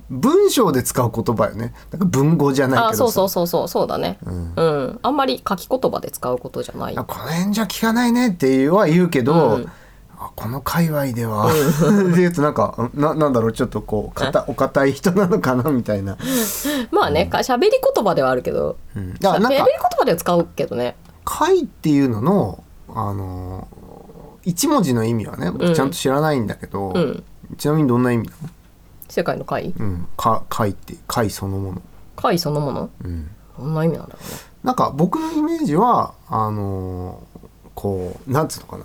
文章で使う言葉よねなんか文語じゃないあけどさそうそうそうそうそうだね、うんうん、あんまり書き言葉で使うことじゃないあこの辺じゃ聞かないねっていうは言うけど、うんあこの界隈では っていうとなんかななんだろうちょっとこうかたお堅い人なのかなみたいな、まあねか喋り言葉ではあるけどうん、だか喋りらなん言か葉では使うけどね会っていうのの、あのー一文字の意味はねう僕んちゃんと知らないんだけど、うんちなみにどんな意味な世界の会の、うん、か会って会そのもの、会そのものうん、どんな意味なんだろうねなんか僕のイメージはあのーこうなんつうのかな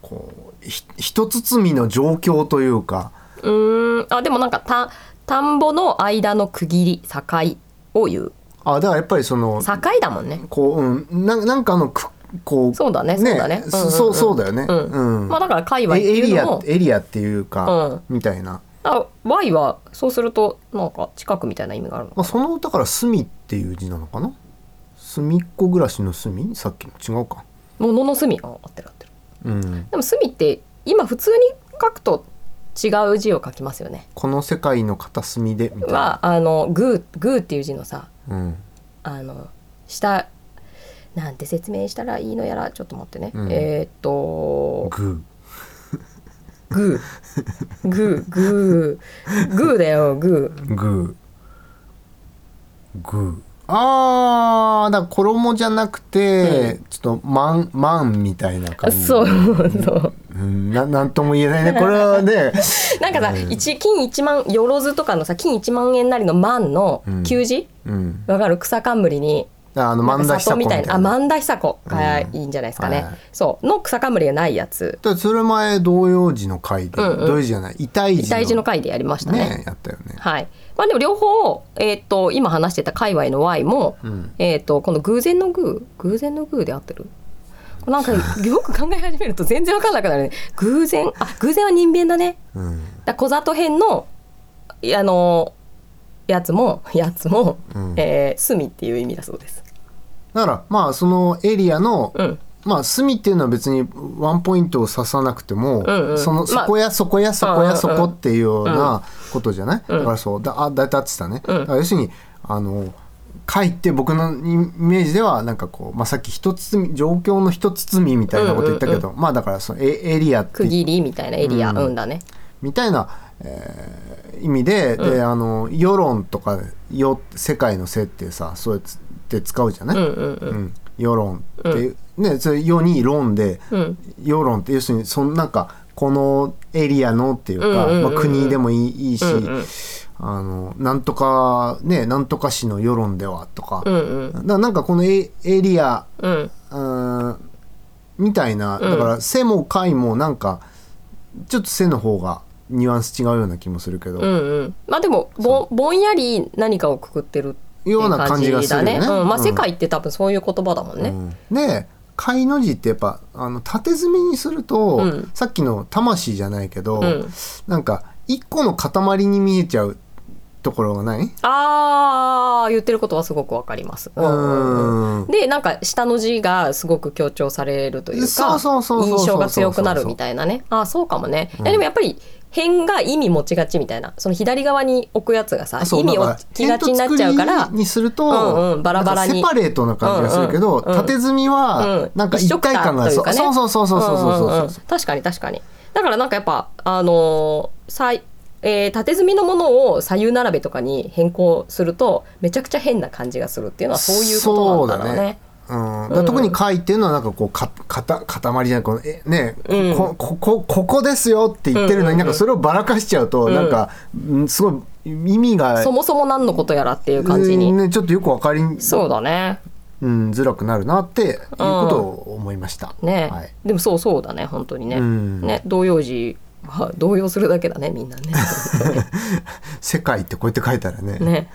こうひ一包みの状況というかうーんあでもなんかた田んぼの間の区切り境を言うあだからやっぱりその境だもんねこう、うん、ななんかのくこうそうだねそうだねうんうんそうんそうそうだよね、うんうんまあだから界隈っえてエいうリのアもエリアっていうか、みたいな、あ Y はそうするとなんか近くみたいな意味があるのまあ、そのだから「隅」っていう字なのかな隅っこ暮らしの隅さっきの違うかものの隅あ合ってる合ってるうんでも隅って今普通に書くと違う字を書きますよね。この世界の片隅でみたいな、はあのグーグーっていう字のさうん、あの下なんて説明したらいいのやらちょっと待ってね。うんえーっとググーグーグーグーだよグー。ーグーグーあーだから衣じゃなくて、ちょっとマンマンみたいな感じそうそう。うん、ななんとも言えないねこれ はねなんかさ、うん一金一万よろずとかのさ金一万円なりの万のうん旧字うんわかる草冠にあなのん万か田久里子みみたたいいななあ万田久子がいいんじゃないですかね。うんはいそうの草冠がないやつ。だから鶴前同様字の回で、うんうん同様字じゃない異体字の大事の回でやりましたね。ねやったよねはい。まあでも両方、えっ、と今話してた界隈の Y も、うんえっ、とこの偶然の偶偶然の偶で合ってる。なんかよく考え始めると全然わかんなくなるね。偶然あ偶然は人間だね。うんだ小里編のいやあのやつもやつも、うんえー隅っていう意味だそうです。だからまあそのエリアの、うん。まあ隅っていうのは別にワンポイントを指さなくても、うんうんそのそまあこやそこやそこやそうんうんこうんっていうようなことじゃない、んだからそうだあだいたい合ってたね、うんだから要するにあの回って僕のイメージではなんかこう、まあ、さっき一つ状況の一つみみたいなこと言ったけど、まあだからそのエエリアって区切りみたいなエリア、ううんん、だね。みたいな、えー意味で,、であの世論とかよ世界の世ってさそうやって使うじゃない、うんうんうんうん世論っていう、ねそれ世に論で、うん世論って要するにそのなんかこのエリアのっていうか、うんうんうんうんまあ、国でもいいいいし、うんうんあのなんとかねなんとか市の世論ではとか,、うんうんだからなんかこのエエリアうん。うーんみたいなだから「背も「解」もなんかちょっと「背の方がニュアンス違うような気もするけど、うんうん、まあでもぼぼんやり何かをくくってるっていような感じがするよね感じだうんまあ、うん世界って多分そういう言葉だもんね。うんで「解」の字ってやっぱあの縦積みにすると、うんさっきの「魂」じゃないけど、うんなんか一個の塊に見えちゃうところがないああ言ってることはすごくわかります。うんうんうんうんでなんか下の字がすごく強調されるというそうかそうそうそうそうそ印う象が強くなるみたいなねああそうかもね、いやでもやっぱり辺が意味持ちがちみたいなその左側に置くやつがさあそう意味だをらきがちになっちゃうから点と作りにすると、うんうんバラバラになんかセパレートな感じがするけど、うんうんうん縦積みうはんなんか一体感がある、一緒くたというかねそうそうそうそうそうそうそううんうんうん確かに確かにだからなんかやっぱあのーさいえー縦積みのものを左右並べとかに変更するとめちゃくちゃ変な感じがするっていうのはそういうことなんだろうね。うん、だから特に貝っていうのはなんかこうかかた塊じゃないこのえね、こここここですよって言ってるのになんかそれをばらかしちゃうとなんか、うんすごい意味がそもそも何のことやらっていう感じうんに。ね、ちょっとよくわかりにそうだね。うん、づらくなるなっていうことを思いました。ね、はい、でもそうそうだね本当にね。うんね動揺時は動揺するだけだねみんな ね。世界ってこうやって書いたらねね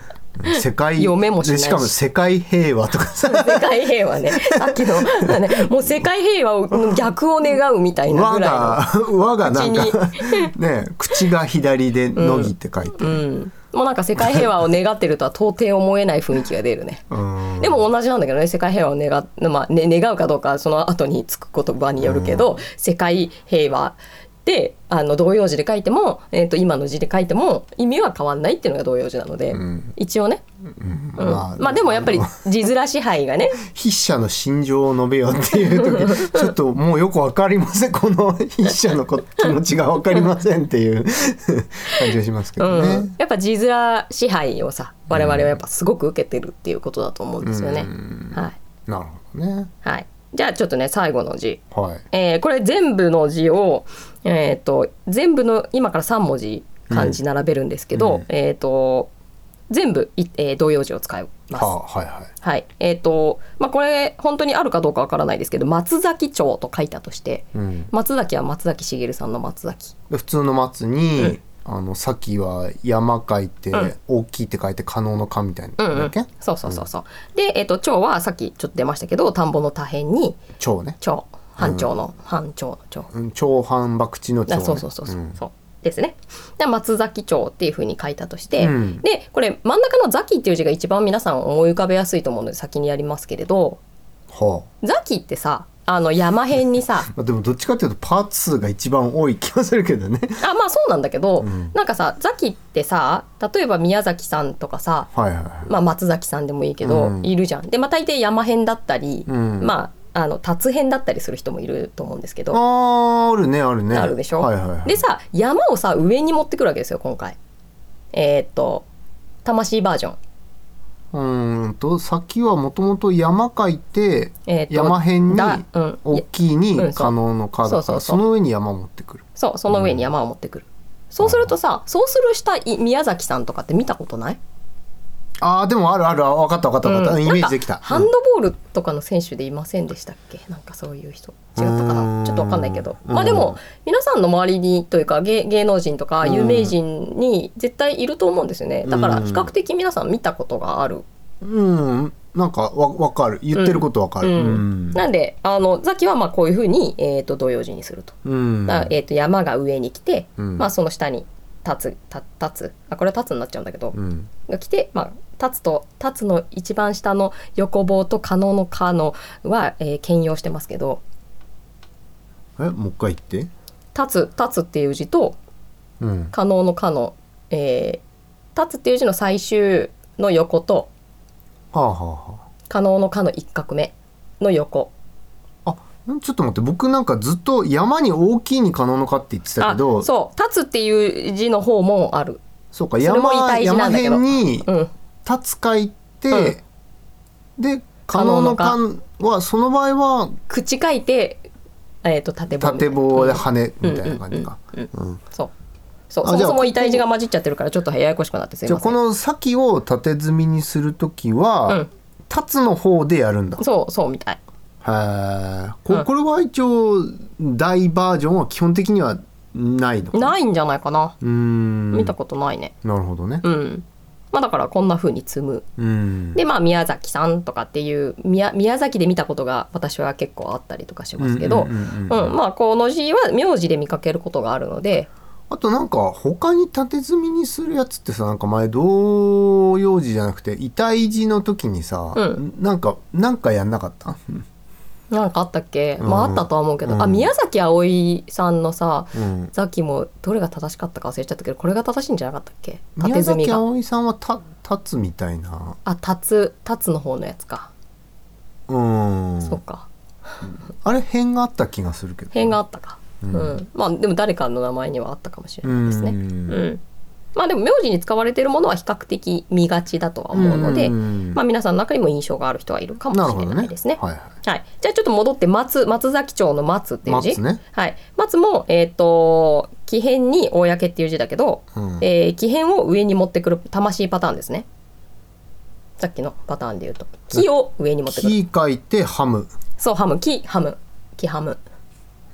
うん世界読めもしないしでしかも世界平和とかさ世界平和ねさっきの、ね、もう世界平和を逆を願うみたいな和ぐらいの。が和がなんか口ね口が左で「のぎ」って書いて、うん、もうなんか世界平和を願ってるとは到底思えない雰囲気が出るね。うんでも同じなんだけどね世界平和を願,、まあね、願うかどうかその後につく言葉によるけど、世界平和であの同様字で書いても、えー、と今の字で書いても意味は変わんないっていうのが同様字なので、うん一応ね、うんうんまあでもやっぱりあの字面支配がね筆者の心情を述べようっていう 時ちょっともうよくわかりませんこの筆者のこ気持ちがわかりませんっていう感じがしますけうどんね。やっぱ字面支配をさ我々はやっぱすごく受けてるっていうことだと思うんですよね。うんはい、なるほどね。はい、じゃあちょっとね最後の字はい。えーこれ全部の字を、えー、と全部の今から3文字漢字並べるんですけど、うんえー、と全部い、えー同様字を使います。はあ、はいはい。はいえーとまあ、これ本当にあるかどうかわからないですけど松崎町と書いたとしてうん、松崎は松崎しげるさんの松崎で普通の松に、うんあのさっきは山書いて、ん大きいって書いて可能の可みたいなうんうだっんけ、そうそうそうそうで、えー、と町はさっきちょっと出ましたけど田んぼの多辺に蝶ね町半町の、半町の町うん長半博打の蝶、あね、そうそうそうそう、んそうですね。で松崎町っていうふうに書いたとして、うんでこれ真ん中の「ザキ」っていう字が一番皆さん思い浮かべやすいと思うので先にやりますけれどは「ザキ」ってさあの山辺に さあまあ、でもどっちかっていうとパーツ数が一番多い気がするけどねあまあそうなんだけど、んなんかさ「ザキ」ってさ例えば宮崎さんとかさ、はいはいはいまあ、松崎さんでもいいけど、うんいるじゃん。でまあ大抵山辺だったり、うんまああの達辺だったりする人もいると思うんですけど。あーあるねあるねあるでしょ、はいはいはいでさ山をさ上に持ってくるわけですよ今回えーっと魂バージョンうーんと先はもともと山書いて、えーと山辺にだうん大きいいやうにんそう可能の可だから、そうそうそそうの上に山持ってくるそうその上に山を持ってくる、そうするとさそうするしたい宮崎さんとかって見たことない、ああでもあるあるあ分かった分かった分かった、うんイメージできたなんかハンドボールとかの選手でいませんでしたっけなんかそういう人違ったかうーなんちょっとわかんないけどうんまあでも皆さんの周りにというか芸芸能人とか有名人に絶対いると思うんですよねだから比較的皆さん見たことがあるうん、なんかわわかる言ってることわかる。うんうんなんであのザキはまあこういうふうに、えー、と同様字にすると、うんだからえー、と山が上に来て、うんまあ、その下に立つた立つあこれは立つになっちゃうんだけど、うんが来て、まあ、立つと立つの一番下の横棒と可能の可能は、えー兼用してますけどえもう一回言って。立つ立つっていう字とうん可能の可能、えー立つっていう字の最終の横とはあ、はあは可能の可の一画目の横あ、あんちょっと待って僕なんかずっと山に大きいに可能のかって言ってたあけどそそうう立つっていう字の方もあるかれも山いい大事山なんだけ辺どにうん立つ書いて、で可能の可間はその場合は口書いて、えー、と縦棒みたい縦な棒でうん跳ねみたいな感じか。うんそうそうあそもじゃあそも痛い字こが混じっちゃってるからちょっとややこしくなってすいじゃあませこんの先を縦積みにするときは、うん立つの方でやるんだ。そうそうみたいへえうこんこれは一応大バージョンは基本的にはないのないんじゃないかなうーん見たことないねなるほどねうんまあ、だからこんな風に積むうんでまあ宮崎さんとかっていう宮宮崎で見たことが私は結構あったりとかしますけど、ううんんうんうんうんまあこの字は名字で見かけることがあるのであとなんか他に縦積みにするやつってさなんか前同様字じゃなくて遺体字の時にさ、うんなんかなんかやんなかったなんかあったっけ、まあうんあったとは思うけど、うんあ宮崎あおいさんのさうんさっきもどれが正しかったか忘れちゃったけどこれが正しいんじゃなかったっけ縦宮積み崎あがおいさんはた立つみたいなあ立つ立つの方のやつか、うんそうかあれ辺があった気がするけど辺があったか、ううんんまあでも誰かの名前にはあったかもしれないですねうんうん、まあでも名字に使われているものは比較的見がちだとは思うので、んまあ、皆さんの中にも印象がある人はいるかなるもほしれどなねいですね。はいはいはい、じゃあちょっと戻って松松崎町の松っていう字松ねはい、松も、えー、と木片に公っていう字だけど、うんえー木片を上に持ってくる魂パターンですねさっきのパターンで言うと木を上に持ってくる木書いてハムそうハム木ハム木ハム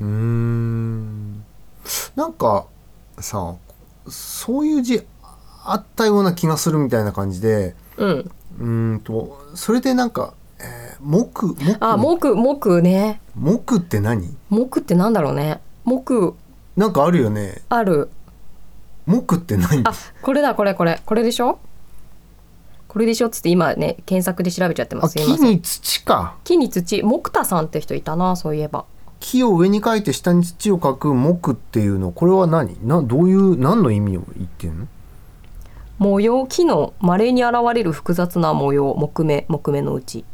うーんなんかさそういう字あったような気がするみたいな感じでうんうーんとそれでなんか、えー木木あ木木ね木って何木ってなんだろうね木なんかあるよねある木って何あこれだこれこれこれでしょこれでしょっつって今ね検索で調べちゃってまあすすいま木せんに土か木に土木田さんって人いたなそういえば木を上に書いて下に土を書く木っていうのこれは何などういう何の意味を言ってんの模様木の稀に現れる複雑な模様木目木目のうち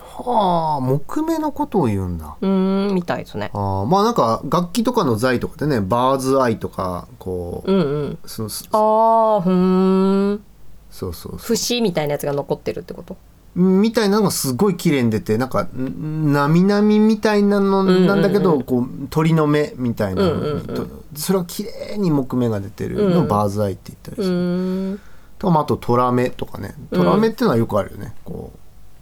はあ木目のことを言うんだうーんみたいですねあーまあなんか楽器とかの材とかでねバーズアイとかこう、うんうんそそあーふーんそうそうそう節みたいなやつが残ってるってことみたいなのがすごい綺麗に出てなんかんなみなみみたいなのんうんうんなんだけど、こう鳥の目みたいなのに、うんうんうんとそれは綺麗に木目が出てるのをバーズアイって言ったりすうる、ーんとかまああとトラメとかねトラメっていうのはよくあるよね、こ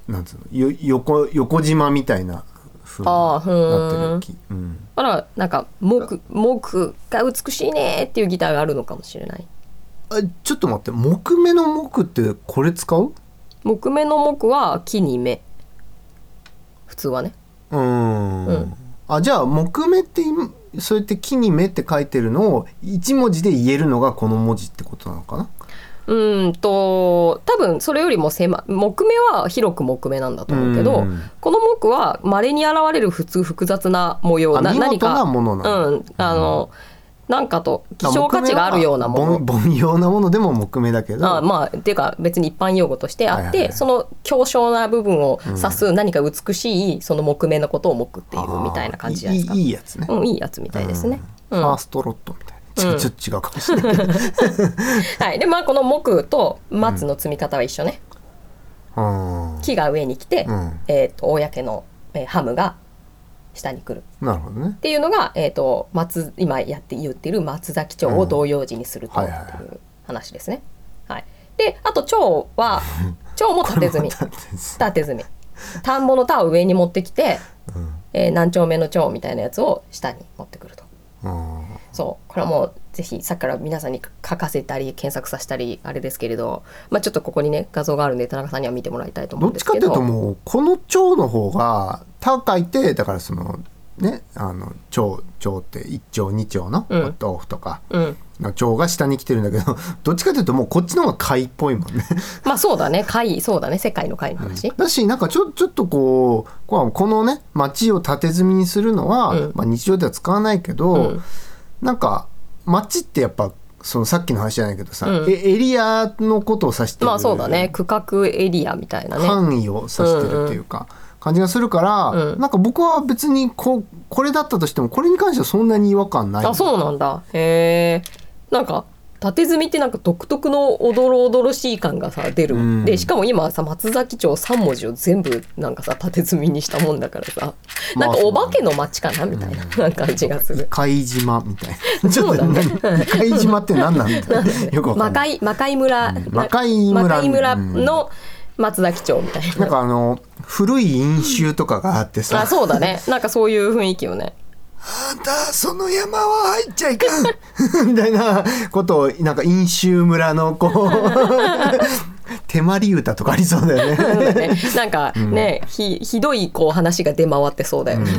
うなんつうのよ横横縞みたいな風にあーふーんなってる木、うん、あらなんか木木が美しいねっていうギターがあるのかもしれないあちょっと待って木目の木ってこれ使う木目の木は木に目普通はねうーんうんあじゃあ木目って今そうやって木に目って書いてるのを一文字で言えるのがこの文字ってことなのかなうーんと多分それよりも狭い木目は広く木目なんだと思うけどうんこの木はまれに現れる普通複雑な模様あ見何事なかものなの、うんあのなんかと希少価値があるようなものだから木目は凡凡庸なものでも木目だけどあまあっていうか別に一般用語としてあって、はいはいはいその強小な部分を指す何か美しいその木目のことを木っていうみたいな感じじゃないですかあーいいいいやつね、うん、いいやつみたいですね。うんうんファーストロットみたいな、うんちょちょっと違うかもしれないけど、はい、でまあこの木と松の積み方は一緒ね、うん木が上に来て、うんえー、と公の、えーハムが下に来るっなるほどねていうのが、えー、と松今やって言ってる松崎町を同様時にするとうんっはていはいはいいう話ですね。はい、であと蝶 は蝶も縦積みこれまたです縦積み田んぼの田を上に持ってきて、うんえー何丁目の蝶みたいなやつを下に持ってくると。うんそうこれはもうぜひさっきから皆さんに書かせたり検索させたりあれですけれど、まあ、ちょっとここにね画像があるんで田中さんには見てもらいたいと思どうっんですちかっけていどうともうこの蝶の方が高いてだからそのねあの蝶蝶って一蝶二蝶のおうん豆腐とか、うんの蝶が下に来てるんだけど どっちかっていうともうこっちの方が貝っぽいもんね。まあそうだね会そうだね世界の会の話、 だしなんかちょちょっとこうこうこのね町を縦積みにするのは、うんまあ、日常では使わないけど、うんなんか町ってやっぱそのさっきの話じゃないけどさ、うんえエリアのことを指してるまあそうだね区画エリアみたいなね範囲を指してるっていうか、感じがするから、うんなんか僕は別にこうこれだったとしてもこれに関してはそんなに違和感ないあそうなんだへえんか縦積みってなんか独特のおどろおどろしい感がさ出る、うんでしかも今さ松崎町3文字を全部なんかさ縦積みにしたもんだからさまなあんかお化けの町かなみたいななんか感じがする異。海島みたいなちょ そっうとだね何異海島って 何なんだよよくわか魔んない界魔界村、ん魔界村魔界村の松崎町みたいななんかあの古い飲酒とかがあってさあそうだねなんかそういう雰囲気よねあんたその山は入っちゃいかん みたいなことをなんか飲酒村のこ う手まり歌とかありそうだよね。そうだねなんかね、ひひどいこう話が出回ってそうだよね、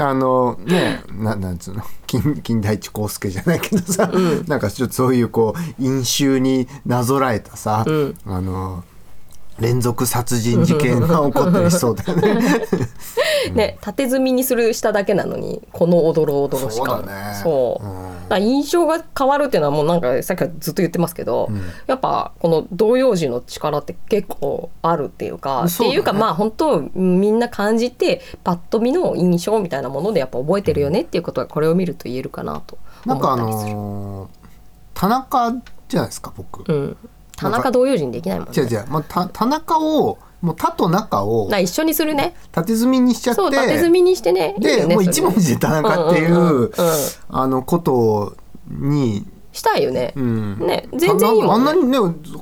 あのねななんつうの金金田一耕助じゃないけどさ、なんかちょっとそういうこう飲酒になぞらえたさ、んあの連続殺人事件が起こったりしそうだよ ね。ね縦積みにするしただけなのにこのおどろおどろしかそうだねそううんだから印象が変わるっていうのはもうなんかさっきからずっと言ってますけど、やっぱこの童謡時の力って結構あるっていうかそうだってねいうかまあ本当みんな感じてパッと見の印象みたいなものでやっぱ覚えてるよねっていうことがこれを見ると言えるかなとな思んかあったりする。の田中じゃないですか僕。うん、田中童謡時にできないもん違うね。違う、まあ、た田中をもう田と中をな一緒にするね。縦積みにしちゃってそう縦積みにしてね。いいでよねもうそれ一文字で田中っていうんうんうんうんうあのことに、したいよね。うん、ね全然いいもんねあんなにね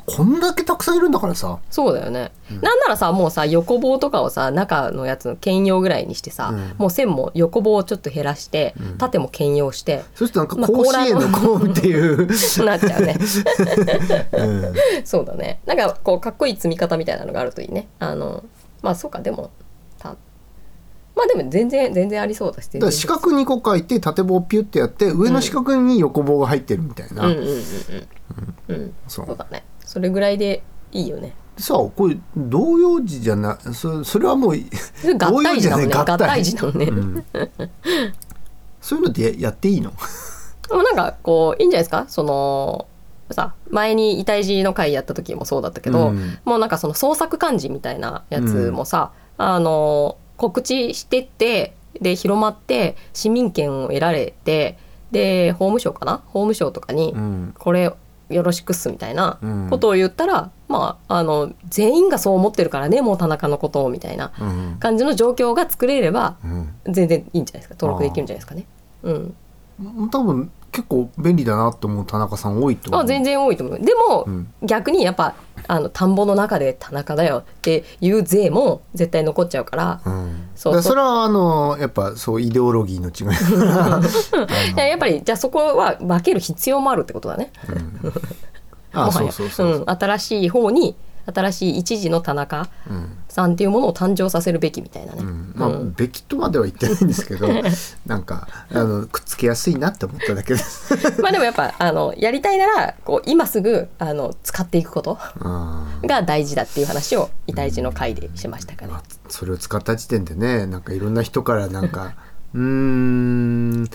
こんだけたくさんいるんだからさそうだよね、なんならさもうさ横棒とかをさ中のやつの兼用ぐらいにしてさ、うんもう線も横棒をちょっと減らして、縦も兼用してそしてなんかまあ甲子園の甲っていう、 なっちゃうね うんそうだねなんかこうかっこいい積み方みたいなのがあるといいねあのまあそうかでもたまあでも全然全然ありそうだし全だか然ら四角2個書いて縦棒をピュってやって上の四角に横棒が入ってるみたいな、うんうんうんうんうんそそううだねそれぐらいでいいよねさあこれ童謡字じゃなそそれはもうそれ合体児だもんね合同様じゃない合体体児だもんね、そういうのでやっていいのでもなんかこういいんじゃないですかそのさ前に遺体児の会やった時もそうだったけど、うんもうなんかその創作漢字みたいなやつもさ、あの告知してってで広まって市民権を得られてで法務省かな法務省とかにうんこれよろしくっすみたいなうんことを言ったら、まああの全員がそう思ってるからねもう田中のことをみたいなうん感じの状況が作れればうん全然いいんじゃないですか登録できるんじゃないですかね。うん、多分結構便利だなと思う田中さん多いと思うあ全然多いと思うでも、うん逆にやっぱあの田んぼの中で田中だよっていう税も絶対残っちゃう から、うんそうだからそれはあのやっぱそうイデオロギーの違いいややっぱりじゃあそこは分ける必 要もあるってことだねもあはそうやそうそうそううん、新しい方に新しい一時の田中うんさんっていうものを誕生させるべきみたいなね、うんまあ、うんべきとまでは言ってないんですけどなんかあのくっつけやすいなって思っただけです。 まあでもやっぱあのやりたいならこう今すぐあの使っていくことうんが大事だっていう話を遺体児の会でしましたかね。まあ、それを使った時点でねなんかいろんな人からなんかうーん。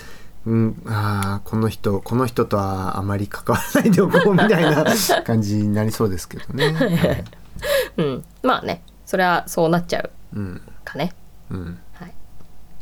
うん、あーこの人この人とはあまり関わらないでおこうみたいな感じになりそうですけどね。 はいうん、まあねそれはそうなっちゃううんかね。うん、はい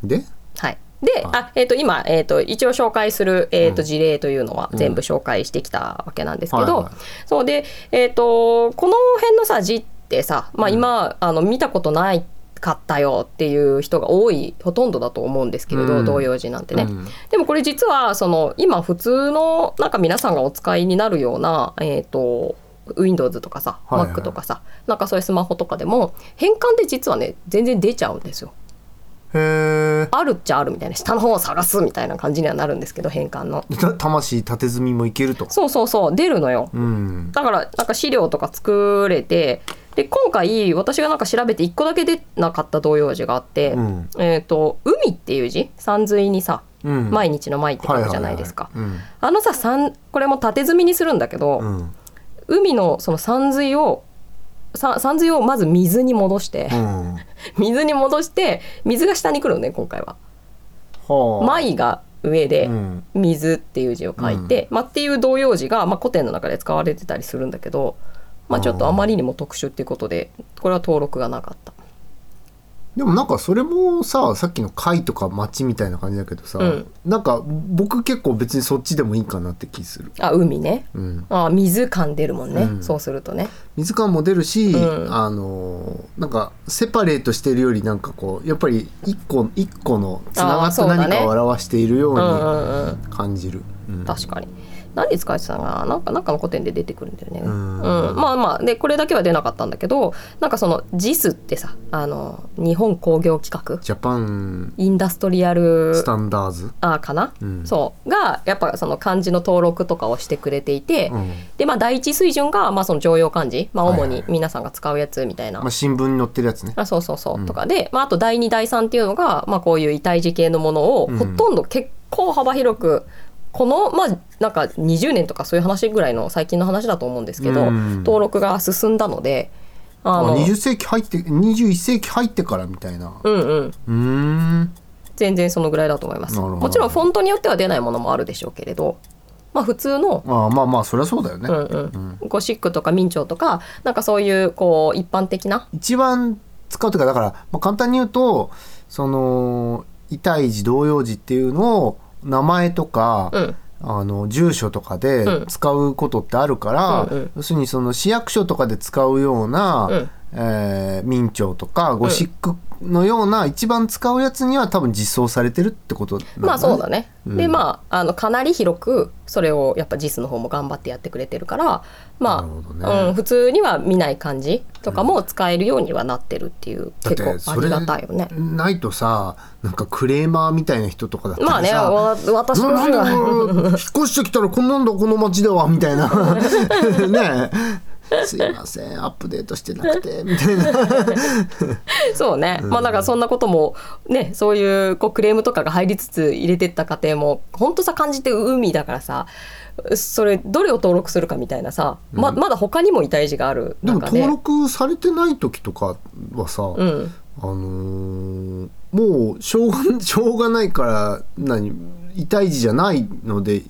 で、はい。で、はいあ、えっ、と、今、えっ、と、一応紹介する、えっ、と、うん事例というのはうん全部紹介してきたわけなんですけど。はいはいそうで、えっ、と、この辺のさ、字ってさ、まあ、今、あの、見たことない。かったよっていう人が多いほとんどだと思うんですけれど、うん同様字なんてね、うんでもこれ実はその今普通のなんか皆さんがお使いになるようなえっ、と Windows とかさ、はいはい Mac とかさなんかそういうスマホとかでも変換で実はね全然出ちゃうんですよ。へーあるっちゃあるみたいな下の方を探すみたいな感じにはなるんですけど変換のでた魂縦積みもいけると。そうそうそう出るのようん、だからなんか資料とか作れてで今回私がなんか調べて1個だけ出なかった童謡字があって、うんえっ、と「海」っていう字山水にさうん、毎日の毎って書くじゃないですか、はいはいはいあのさ山これも縦積みにするんだけど、うんうん海のその山水をさ山水をまず水に戻して、うん水に戻して水が下に来るのね今回は。はあ舞が上で、うん水っていう字を書いて、まあ、っていう同様字が、まあ、古典の中で使われてたりするんだけど、まあ、ちょっとあまりにも特殊っていうことでこれは登録がなかった。でもなんかそれもささっきの貝とか町みたいな感じだけどさ、うんなんか僕結構別にそっちでもいいかなって気する、あ海ねうん、あ水感出るもんね、うんそうするとね。水感も出るし、うんあのーなんかセパレートしてるよりなんかこうやっぱり一個一個のつながあーっそたうだね何かを表しているようんううんうん、に感じる、うん確かに何で使えてたのかななんかなんかの古典で出てくるんだよね。うんうんまあまあでこれだけは出なかったんだけどなんかその JIS ってさあの日本工業規格ジャパンインダストリアルスタンダーズ、あかな、うんそうがやっぱその漢字の登録とかをしてくれていて、うんでまあ第一水準がまあその常用漢字、まあ、はい主はいに皆さんが使うやつみたいな、まあ、新聞に載ってるやつねあそうそうそう、うんとかで、まあ、あと第二第三っていうのが、まあ、こういう遺体字系のものをうんほとんど結構幅広くこのまあなんか20年とかそういう話ぐらいの最近の話だと思うんですけど、うん登録が進んだのでああの20世紀入って21世紀入ってからみたいなうんうんうーん全然そのぐらいだと思いますなるほどもちろんフォントによっては出ないものもあるでしょうけれど、まあ、普通のああまあまあそりゃそうだよね、うんうん、ゴシックとか明朝とかなんかそういうこう一般的な一番使うというかだから、まあ、簡単に言うとその遺体児童謡児っていうのを名前とか、うんあの住所とかでうん使うことってあるから、うんうん要するにその市役所とかで使うような、うんえー明朝とかゴシックのような一番使うやつには多分実装されてるってことなんだねまあそうだね。うんでまああのかなり広くそれをやっぱ JIS の方も頑張ってやってくれてるからなるまほどあ、ねうん、普通には見ない感じとかも使えるようにはなってるっていうだっ結て構あそりれがたいよね。ないとさなんかクレーマーみたいな人とかだったらまあねさわ私のな方んがだ 引っ越してきたらこんなんだこの町ではみたいなねえすいませんアップデートしてなくてみたいなそうね、まあだからそんなこともねそういうこうクレームとかが入りつつ入れてった過程も本当さ感じて海だからさそれどれを登録するかみたいなさままだ他にも痛い字があるでも中で登録されてない時とかはさ、うん、あのーもうしょうが しょうがないから何痛い字じゃないので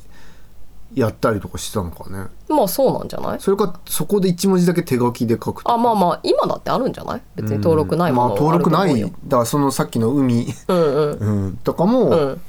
やったりとかしてたのかねまあそうなんじゃないそれかそこで一文字だけ手書きで書くとかあまあまあ今だってあるんじゃない別に登録ないものまあ、登録あなると思ういよだからそのさっきの海、うんうんうん、とかうも、ん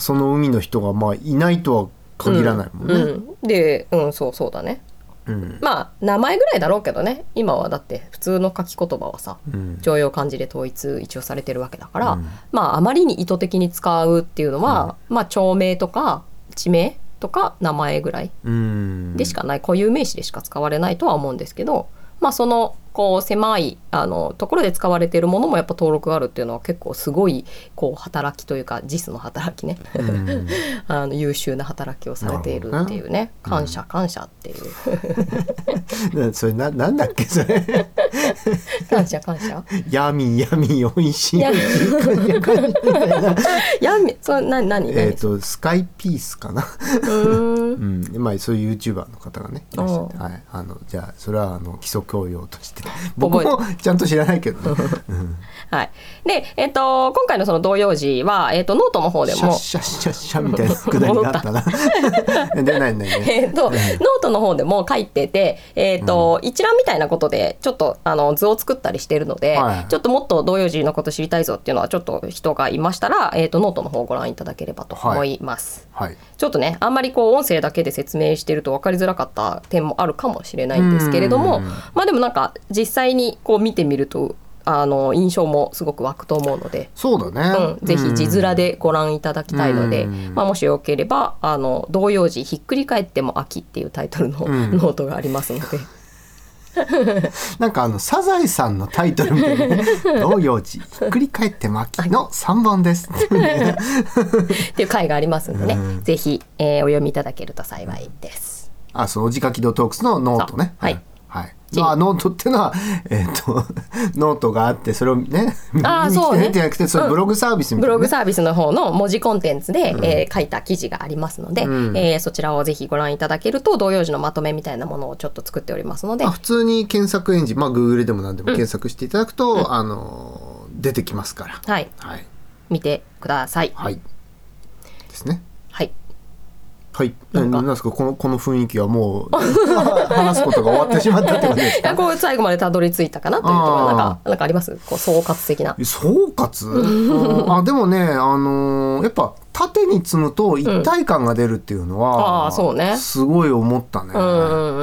その海の人がまあいないとは限らないもんね、うん、でうんそうそうだねうんまあ名前ぐらいだろうけどね今はだって普通の書き言葉はさうん常用漢字で統一一応されてるわけだから、うんまああまりに意図的に使うっていうのは、まあ町名とか地名とか名前ぐらいうんでしかない固有名詞でしか使われないとは思うんですけど、まあそのこう狭いあのところで使われているものもやっぱ登録があるっていうのは結構すごいこう働きというか JIS の働きねうんあの優秀な働きをされているっていうね感謝感謝っていう なそれななんだっけそれ 感謝感謝闇闇おいしいいややめそれな何 え何っとスカイピースかな、 うーんうん、まあそういう YouTuber の方がねいらっしゃって、おはい、あのじゃあそれはあの基礎教養として僕もちゃんと知らない けどね、うん、はい。で、えっ、と、今回のその動揺時は、えっ、と、ノートの方でシャッも。シャッシャッシャッみたいなくだりだ ったな 出ないんだよねえっとノートの方でも書いてて、えっと一覧みたいなことでちょっとあの図を作ったりしてるので、はいちょっともっと動揺時のこと知りたいぞっていうのはちょっと人がいましたら、えっとノートの方をご覧いただければと思います。はいちょっとねあんまりこう音声だけで説明してると分かりづらかった点もあるかもしれないんですけれどうもんまあでもなんか実際にこう見てみるとあの印象もすごく湧くと思うので、そうだね、うん、ぜひ字面ででご覧いただきたいので、うんまあ、もしよければ「あの童謡時ひっくり返っても秋」っていうタイトルのんノートがあります ので、なんかあのサザエさんのタイトルみたいな ね「童謡時ひっくり返って巻」の3本 ですっていう回がありますのでね、うんぜひ、えーお読みいただけると幸いです。あ、そう、おじかきドトークスのノートね。あはい。はい。ぜひまあ、ノートっていうのは、えっ、と、 ノートがあって、それをね、あー見に来そうてねねってじゃなくて、そのブログサービスみブたいな、ロねグサービスの方の文字コンテンツで、えー書いた記事がありますので、うんえーそちらをぜひご覧いただけると童謡時のまとめみたいなものをちょっと作っておりますのであ普通に検索エンジン、まあ、Google でも何でも検索していただくと、あのー、出てきますから。はいはい。見てください。はい。ですね。はい、はい。ななんんかなんですか、この、この雰囲気はもう、 話すことが終わってしまったってことですいや かこう最後までたどり着いたかなというところなんかなんかありますこう総括的な。総括うんあでもね、あのーやっぱ縦に積むと一体感が出るっていうのは、うんああそうねすごい思ったね。うんうんう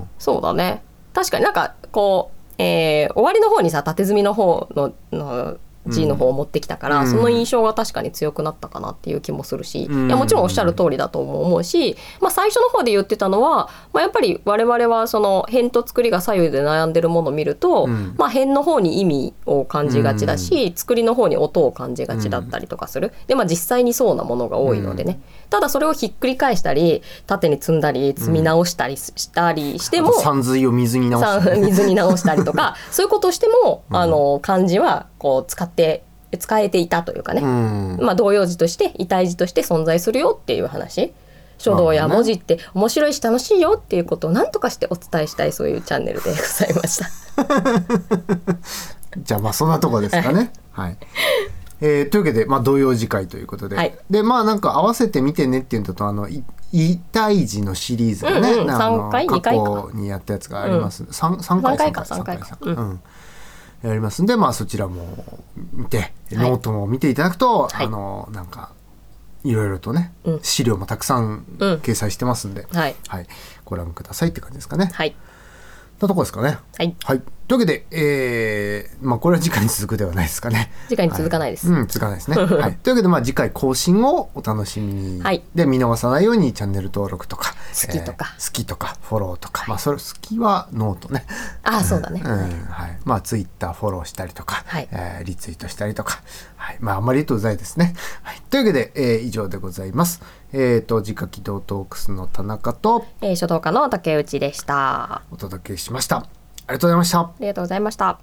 んそうだね確かになんかこう、えー終わりの方にさ縦積みの方のの字の方を持ってきたから、うんその印象が確かに強くなったかなっていう気もするし、うんいやもちろんおっしゃる通りだとも思うし、まあ、最初の方で言ってたのは、まあ、やっぱり我々はその辺と作りが左右で悩んでるものを見ると、うんまあ、辺の方に意味を感じがちだし、作りの方に音を感じがちだったりとかする、で、まあ、実際にそうなものが多いのでね、ただそれをひっくり返したり縦に積んだり積み直したりしたりしても、あと山水を水に直さす、ね。水に直したりと かそういうことをしても、あの漢字はこう使って使えていたというかうね、ん。まあ動揺字として異体字として存在するよっていう話書道や文字って面白いし楽しいよっていうことを何とかしてお伝えしたいそういうチャンネルでございま した。じゃあまあそんなとこです かね。はい。えーというわけで、まあ、同様次回ということで、はいでまあなんか合わせて見てねっていうのとあのい異体字のシリーズがね、うんうんなんかあの三回過二回か去にやったやつがあります、三三三回回か三三三回かうんやりますんでまあそちらも見て、ノートも見ていただくと、はいあのなんかいろいろとね、うん資料もたくさんうん掲載してますんで、はいはい、ご覧くださいって感じですかね。はい、なとこですかね。はいはい。というわけで、えーまあ、これは次回に続くではないですかね。次回に続かないですはうん、続かない ですね。はい、というわけで、まあ、次回更新をお楽しみに、はいで見逃さないようにチャンネル登録とか好きとかえー好きとかフォローとか、まあ、それ好きはノートね。ああそうだね、うんはいまあ、ツイッターフォローしたりとか、はいえーリツイートしたりとか、はいまあ、あんまり言うとうざいですね。はい、というわけで、えー以上でございます。えー、と次回起動トークスの田中とえー書道家の竹内でしたあお届けしました。ありがとうございました。りがとうございました